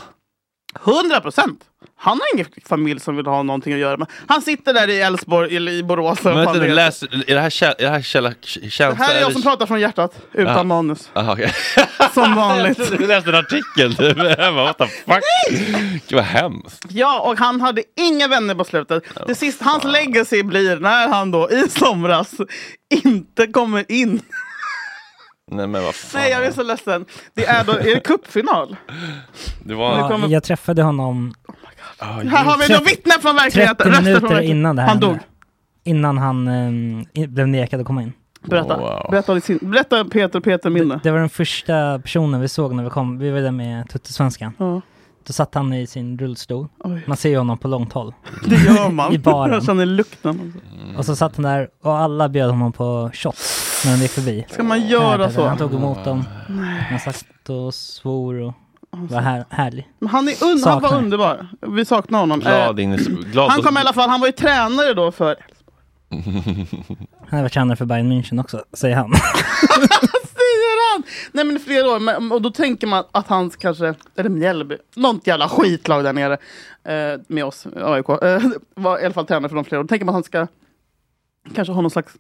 [SPEAKER 1] 100 procent! Han har ingen familj som vill ha någonting att göra med. Han sitter där i Älvsborg, eller i Borås. eller vad
[SPEAKER 2] Men vänta
[SPEAKER 1] fan
[SPEAKER 2] nu,
[SPEAKER 1] det
[SPEAKER 2] läs, är det här källa, är det här källa,
[SPEAKER 1] heter.
[SPEAKER 2] tjänster?
[SPEAKER 1] Här är jag som pratar från hjärtat, utan
[SPEAKER 2] Ja.
[SPEAKER 1] manus.
[SPEAKER 2] Aha, Ah, okej.
[SPEAKER 1] Som
[SPEAKER 2] Jag
[SPEAKER 1] vanligt.
[SPEAKER 2] trodde du läste en artikel typ. Jag bara, what the fuck? Gud vad hemskt.
[SPEAKER 1] Ja, och han hade inga vänner på slutet. Det sista, hans legacy blir när han då i somras inte kommer in.
[SPEAKER 2] Nej men vad fan.
[SPEAKER 1] Nej, jag är så ledsen. Det är då är det cupfinal.
[SPEAKER 2] Det
[SPEAKER 1] Nu
[SPEAKER 2] var...
[SPEAKER 1] kommer-
[SPEAKER 8] Jag träffade honom
[SPEAKER 1] Här har vi då vittnen från verkligheten.
[SPEAKER 8] 30
[SPEAKER 1] Röster från
[SPEAKER 8] minuter
[SPEAKER 1] verkligheten.
[SPEAKER 8] innan det här
[SPEAKER 1] Han dog.
[SPEAKER 8] hände. Innan han ehm, i- blev nekad att komma in.
[SPEAKER 1] Berätta. Berätta, om sin, berätta Peter Peter minne.
[SPEAKER 8] Det var den första personen vi såg när vi kom. Vi var där med Tuttosvenskan. Då satt han i sin rullstol.
[SPEAKER 1] Oj.
[SPEAKER 8] Man ser ju honom på långt håll.
[SPEAKER 1] Det gör man.
[SPEAKER 8] I baren.
[SPEAKER 1] Jag känner lukten.
[SPEAKER 8] Och så satt han där och alla bjöd honom på shots när han gick förbi.
[SPEAKER 1] Ska man göra
[SPEAKER 8] Här,
[SPEAKER 1] så?
[SPEAKER 8] Han tog emot dem.
[SPEAKER 1] Nej.
[SPEAKER 8] Han satt och svor och var här, härlig.
[SPEAKER 1] Men han, är un- han
[SPEAKER 8] Saknar.
[SPEAKER 1] var underbar. Vi saknar honom. Eh,
[SPEAKER 2] Glad in i... Glad
[SPEAKER 1] han kom i alla fall, han var ju tränare då för...
[SPEAKER 8] Han har varit tränare för Bayern München också, säger han.
[SPEAKER 1] Säger han! Nej men flera år, men, och då tänker man att han kanske, eller Mjällby, något jävla skitlag där nere eh, med oss, AIK, eh, var i alla fall tränare för dem flera år. Då tänker man att han ska kanske ha någon slags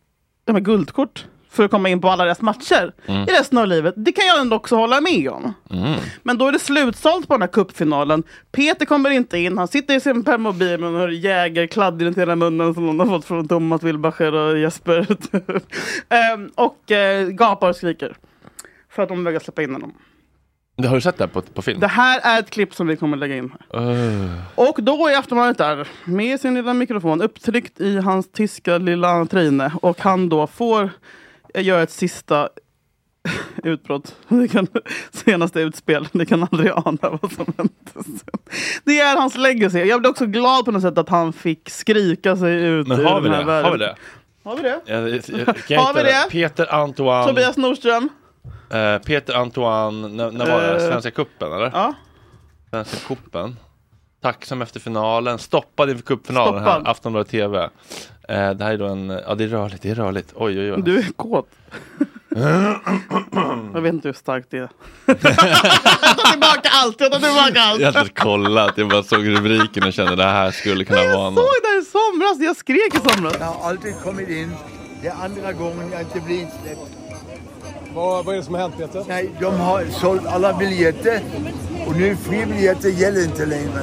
[SPEAKER 1] ja, men guldkort för att komma in på alla deras matcher
[SPEAKER 2] Mm.
[SPEAKER 1] i resten av livet. Det kan jag ändå också hålla med om.
[SPEAKER 2] Mm.
[SPEAKER 1] Men då är det slutsålt på den här cupfinalen. Peter kommer inte in, han sitter i sin permobil med några jägerkladd i den hela munnen som någon har fått från Thomas Wilbacher och Jesper. Ehm, och eh, gapar och skriker. För att de vägrar släppa in honom.
[SPEAKER 2] Har du sett det här på, på film?
[SPEAKER 1] Det här är ett klipp som vi kommer lägga in här.
[SPEAKER 2] Öh.
[SPEAKER 1] Och då är Aftonbladet där med sin lilla mikrofon upptryckt i hans tyska lilla trine. Och han då får eh, göra ett sista utbrott. Det kan, senaste utspel. Ni kan aldrig ana vad som hände sen. Det är hans legacy. Jag blev också glad på något sätt att han fick skrika sig ut
[SPEAKER 2] Men
[SPEAKER 1] ur
[SPEAKER 2] har vi
[SPEAKER 1] den här
[SPEAKER 2] det?
[SPEAKER 1] världen.
[SPEAKER 2] Har vi det?
[SPEAKER 1] Har vi det?
[SPEAKER 2] Jag, jag, jag,
[SPEAKER 1] Har vi det?
[SPEAKER 2] Peter Antoine...
[SPEAKER 1] Tobias Nordström.
[SPEAKER 2] Eh, Peter Antoine, när, när var det?
[SPEAKER 1] Eh,
[SPEAKER 2] Svenska cupen eller?
[SPEAKER 1] Ja.
[SPEAKER 2] Svenska cupen. Tacksam efter finalen, stoppad inför cupfinalen här,
[SPEAKER 1] Stoppad.
[SPEAKER 2] Aftonbladet TV. Eh, det här är då en, ja det är rörligt, det är rörligt. Oj oj oj.
[SPEAKER 1] Du är kåt. Jag vet inte hur starkt det är. jag tar tillbaka allt! Jag tar tillbaka allt!
[SPEAKER 2] jag hade inte kollat, jag bara såg rubriken och kände det här skulle kunna vara
[SPEAKER 1] såg
[SPEAKER 2] något.
[SPEAKER 1] det här i somras, jag skrek i somras.
[SPEAKER 15] har alltid kommit in. Det är andra gången jag inte blir insläppt. Vad, vad är det som har hänt Peter? Nej, de har sålt alla biljetter och nu fri biljetter gäller inte längre.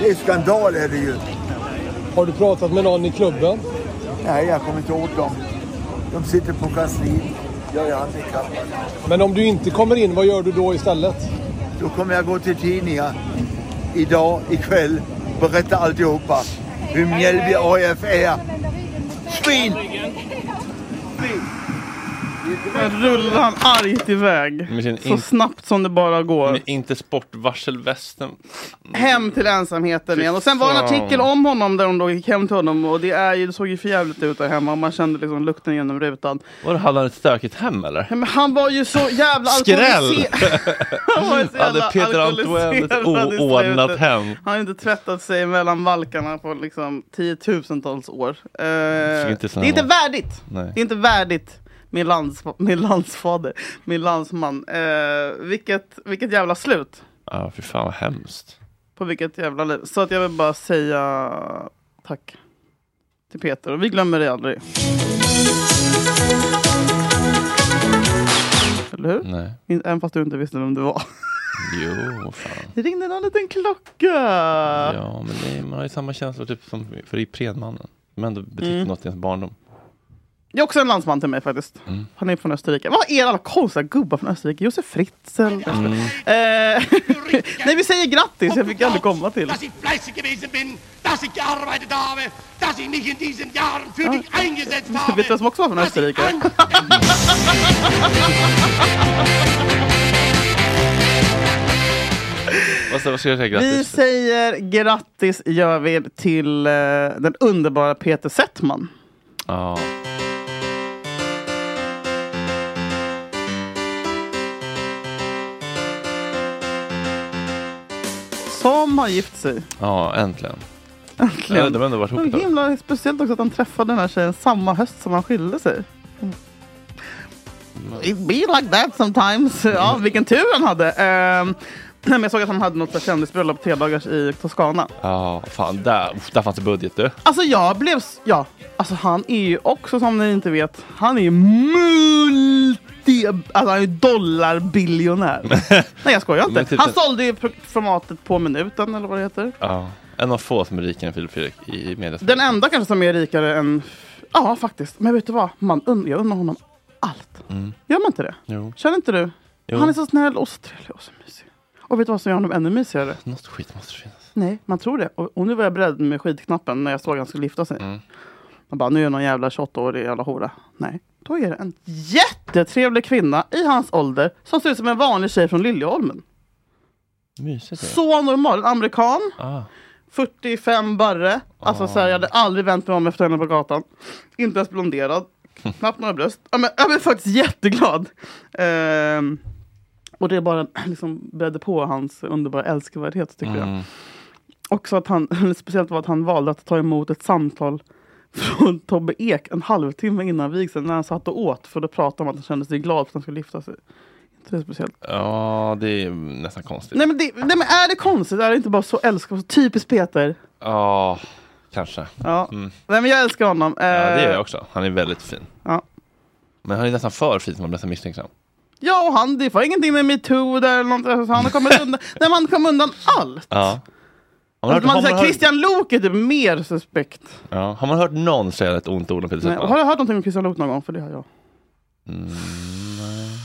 [SPEAKER 15] Det är skandal är det ju. Har du pratat med någon i klubben? Nej, jag kommer inte åt dem. De sitter på kansliet. Jag är handikappad. Men om du inte kommer in, vad gör du då istället? Då kommer jag gå till tidningar idag, ikväll, berätta alltihopa. Hur Mjällby AIF är. Svin!
[SPEAKER 1] Sen rullar han argt iväg.
[SPEAKER 2] Med sin
[SPEAKER 1] Så
[SPEAKER 2] in-
[SPEAKER 1] snabbt som det bara går.
[SPEAKER 2] Men inte sportvarselvästen.
[SPEAKER 1] Hem till ensamheten igen. Och sen var det en
[SPEAKER 2] fan.
[SPEAKER 1] artikel om honom där hon då gick hem till honom. Och det, är ju, det såg ju för jävligt ut där hemma. Och man kände liksom lukten genom rutan.
[SPEAKER 2] Var det hade han ett stökigt hem eller?
[SPEAKER 1] Ja, men han var ju så jävla
[SPEAKER 2] Skräll!
[SPEAKER 1] alkoholiserad. Han var ju så jävla
[SPEAKER 2] Hade Peter Antoine ett
[SPEAKER 1] alkoholiserad i
[SPEAKER 2] oordnat
[SPEAKER 1] slutet.
[SPEAKER 2] hem?
[SPEAKER 1] Han har inte tvättat sig mellan valkarna på liksom tiotusentals år. Eh, det är
[SPEAKER 2] inte
[SPEAKER 1] inte
[SPEAKER 2] sådana
[SPEAKER 1] värdigt.
[SPEAKER 2] Nej.
[SPEAKER 1] Det är inte värdigt. Min, lands, min landsfader, min landsman. Eh, vilket, vilket jävla slut
[SPEAKER 2] Ja, fy fan vad hemskt.
[SPEAKER 1] på vilket jävla liv. Så att jag vill bara säga tack till Peter och vi glömmer dig aldrig. Eller hur?
[SPEAKER 2] Nej.
[SPEAKER 1] In- Även fast du inte visste vem du var.
[SPEAKER 2] Jo, fan.
[SPEAKER 1] Det ringde någon liten klocka.
[SPEAKER 2] Ja, men det, man har ju samma känsla typ som för Ipredmannen. Som ändå betytt
[SPEAKER 1] Mm.
[SPEAKER 2] något i ens barndom.
[SPEAKER 1] Det är också en landsman till mig faktiskt.
[SPEAKER 2] Mm.
[SPEAKER 1] Han är från Österrike. Vad är alla konstiga gubbar från Österrike? Josef Fritzl.
[SPEAKER 2] Mm.
[SPEAKER 1] Eh, Nej, vi säger grattis. Jag fick aldrig komma till.
[SPEAKER 16] dass ich fleißig gewesen bin, dass ich gearbeitet habe, dass ich mich in diesen Jahren für dich eingesetzt habe.
[SPEAKER 1] Vet du vem som också var från Österrike?
[SPEAKER 2] Vad ska vad ska jag säga?
[SPEAKER 1] Vi
[SPEAKER 2] Grattis.
[SPEAKER 1] säger grattis gör vi till eh, den underbara Peter Settman.
[SPEAKER 2] Ja.
[SPEAKER 1] Som har gift sig.
[SPEAKER 2] ja, äntligen.
[SPEAKER 1] Äntligen.
[SPEAKER 2] Ja, de har ändå varit ihop
[SPEAKER 1] Det
[SPEAKER 2] ett
[SPEAKER 1] var
[SPEAKER 2] tag.
[SPEAKER 1] himla speciellt också att han träffade den här tjejen samma höst som han skilde sig.
[SPEAKER 2] Mm.
[SPEAKER 1] It be like that sometimes. Ja, vilken tur han hade. Ehm, nej, men jag såg att han hade något så här kändisbröllop tre dagars i Toscana.
[SPEAKER 2] Ja, fan. Där, uff, där fanns det budget du.
[SPEAKER 1] Alltså jag blev... s- Ja, alltså han är ju också som ni inte vet, han är ju multi... Alltså han är ju dollarbiljonär. Nej jag skojar
[SPEAKER 2] Men
[SPEAKER 1] inte.
[SPEAKER 2] typ
[SPEAKER 1] Han
[SPEAKER 2] en-
[SPEAKER 1] sålde ju pro- formatet på minuten eller vad det heter.
[SPEAKER 2] Ja. En av få som är rikare än Filip Fredrik i media.
[SPEAKER 1] Den enda kanske som är rikare än... Ja faktiskt. Men vet du vad? Man und- jag undrar honom.
[SPEAKER 2] Mm.
[SPEAKER 1] Gör man inte det?
[SPEAKER 2] Jo.
[SPEAKER 1] Känner inte du?
[SPEAKER 2] Jo.
[SPEAKER 1] Han är så snäll och så trevlig och så mysig. Och vet du vad som gör honom ännu mysigare?
[SPEAKER 2] Något skit måste det finnas.
[SPEAKER 1] Nej, man tror det. Och, och nu var jag beredd med skidknappen när jag såg att han skulle lyfta sig.
[SPEAKER 2] Mm.
[SPEAKER 1] Man bara, nu är någon jävla 28-årig jävla hora. Nej, då är det en jättetrevlig kvinna i hans ålder som ser ut som en vanlig tjej från Liljeholmen.
[SPEAKER 2] Mysigt. det.
[SPEAKER 1] Så normal. En amerikan,
[SPEAKER 2] Ah.
[SPEAKER 1] 45 barre. Alltså så här, jag hade aldrig vänt mig om efter henne på gatan. Inte ens blonderad. Knappt några bröst. Ja, men, jag blev faktiskt jätteglad. Ehm, och det bara liksom bredde på hans underbara älskvärdhet tycker jag.
[SPEAKER 2] Mm.
[SPEAKER 1] Också att han, speciellt var att han valde att ta emot ett samtal från Tobbe Ek en halvtimme innan vigseln när han satt och åt. För då pratade han om att han kände sig glad för att han skulle lyfta sig. Inte det speciellt.
[SPEAKER 2] Ja, det är nästan konstigt.
[SPEAKER 1] Nej men, det, nej men är det konstigt? Är det inte bara så älskvärt? Så typiskt Peter.
[SPEAKER 2] Ja, kanske.
[SPEAKER 1] Ja.
[SPEAKER 2] Mm.
[SPEAKER 1] Nej men jag älskar honom.
[SPEAKER 2] Ja, det gör jag också. Han är väldigt fin.
[SPEAKER 1] Ja.
[SPEAKER 2] Men han är nästan för fin, man blir nästan misstänksam.
[SPEAKER 1] Eh, Ja, och han, det var ingenting med metoo där eller något, så han har kommit undan, nej, men han kom undan allt.
[SPEAKER 2] Ja. Har man hört,
[SPEAKER 1] Alltså,
[SPEAKER 2] har
[SPEAKER 1] man,
[SPEAKER 2] man
[SPEAKER 1] säger,
[SPEAKER 2] hört,
[SPEAKER 1] Christian Lok är typ mer suspekt.
[SPEAKER 2] ja. har man hört någon säga ett ont ord om Peter
[SPEAKER 1] Nej,
[SPEAKER 2] Settman?
[SPEAKER 1] har du hört någonting om Christian Lok någon gång? För det har jag.
[SPEAKER 2] Mm, nej.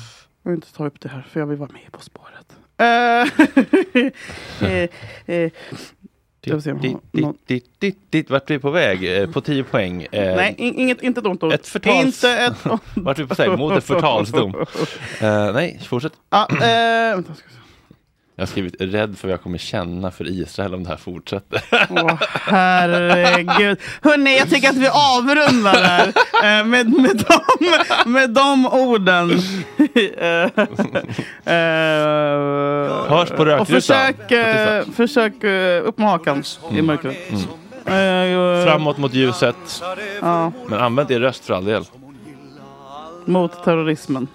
[SPEAKER 1] Jag vill inte ta upp det här, för jag vill vara med På spåret. Eh, eh, eh, jag vill se om
[SPEAKER 2] Dit,
[SPEAKER 1] han- någon-
[SPEAKER 2] dit, dit, dit, dit. Vart vi på väg? Eh, På 10 poäng. Eh,
[SPEAKER 1] Nej, in- inget, inte ett ont ord.
[SPEAKER 2] Ett förtals...
[SPEAKER 1] Inte ett...
[SPEAKER 2] Vart vi på väg? Mot ett förtalsdom. Eh, nej, fortsätt.
[SPEAKER 1] Ja, eh, vänta, ska
[SPEAKER 2] Jag har skrivit rädd för vad jag kommer känna för Israel om det här fortsätter.
[SPEAKER 1] Åh, herregud. Hörni, jag tycker att vi avrundar där eh, med, med, de, med de orden. Eh, eh,
[SPEAKER 2] Hörs på rökrutan.
[SPEAKER 1] Och försök, eh,
[SPEAKER 2] På
[SPEAKER 1] försök eh, upp med hakan i mörkret.
[SPEAKER 2] Mm.
[SPEAKER 1] Eh,
[SPEAKER 2] Framåt mot ljuset.
[SPEAKER 1] Ja.
[SPEAKER 2] Men använd er röst för all del.
[SPEAKER 1] Mot terrorismen.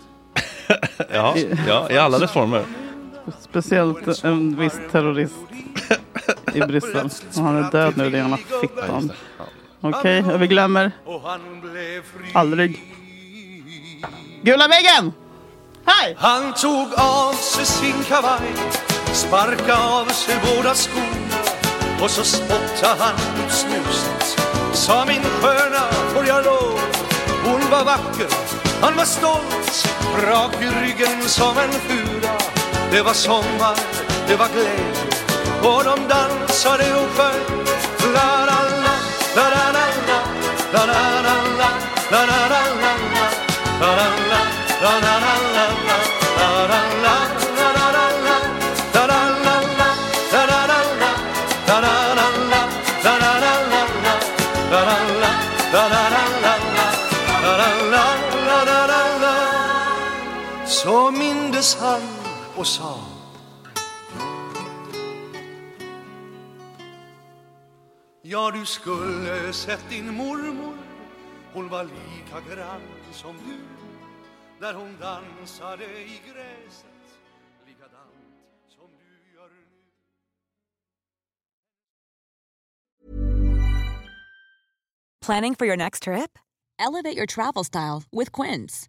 [SPEAKER 2] Ja, ja i alla dess former.
[SPEAKER 1] Speciellt en viss terrorist i Bryssel. Och han är död nu, den jävla fittan. Okej, och vi glömmer aldrig. Gula väggen! Hej!
[SPEAKER 17] Han tog av sig sin kavaj, sparkade av sig båda skorna och så spottade han ut snuset. Sa min sköna, får jag lov? Hon var vacker, han var stolt, rak i ryggen som en fura. Det var sommar, det var glädje och de dansade och sjöng. La, la, la, la, la, la, la, la, la, la, la, la, la, la, la, la, la, la. la-la-la, la-la-la-la-la, la-la-la-la-la-la. Så mindes han och sa Ja, du skulle sett din mormor Hon var lika grann som du När hon dansade i gräset Likadant som du gör nu
[SPEAKER 18] Planning for your next trip? Elevate your travel style with Quince.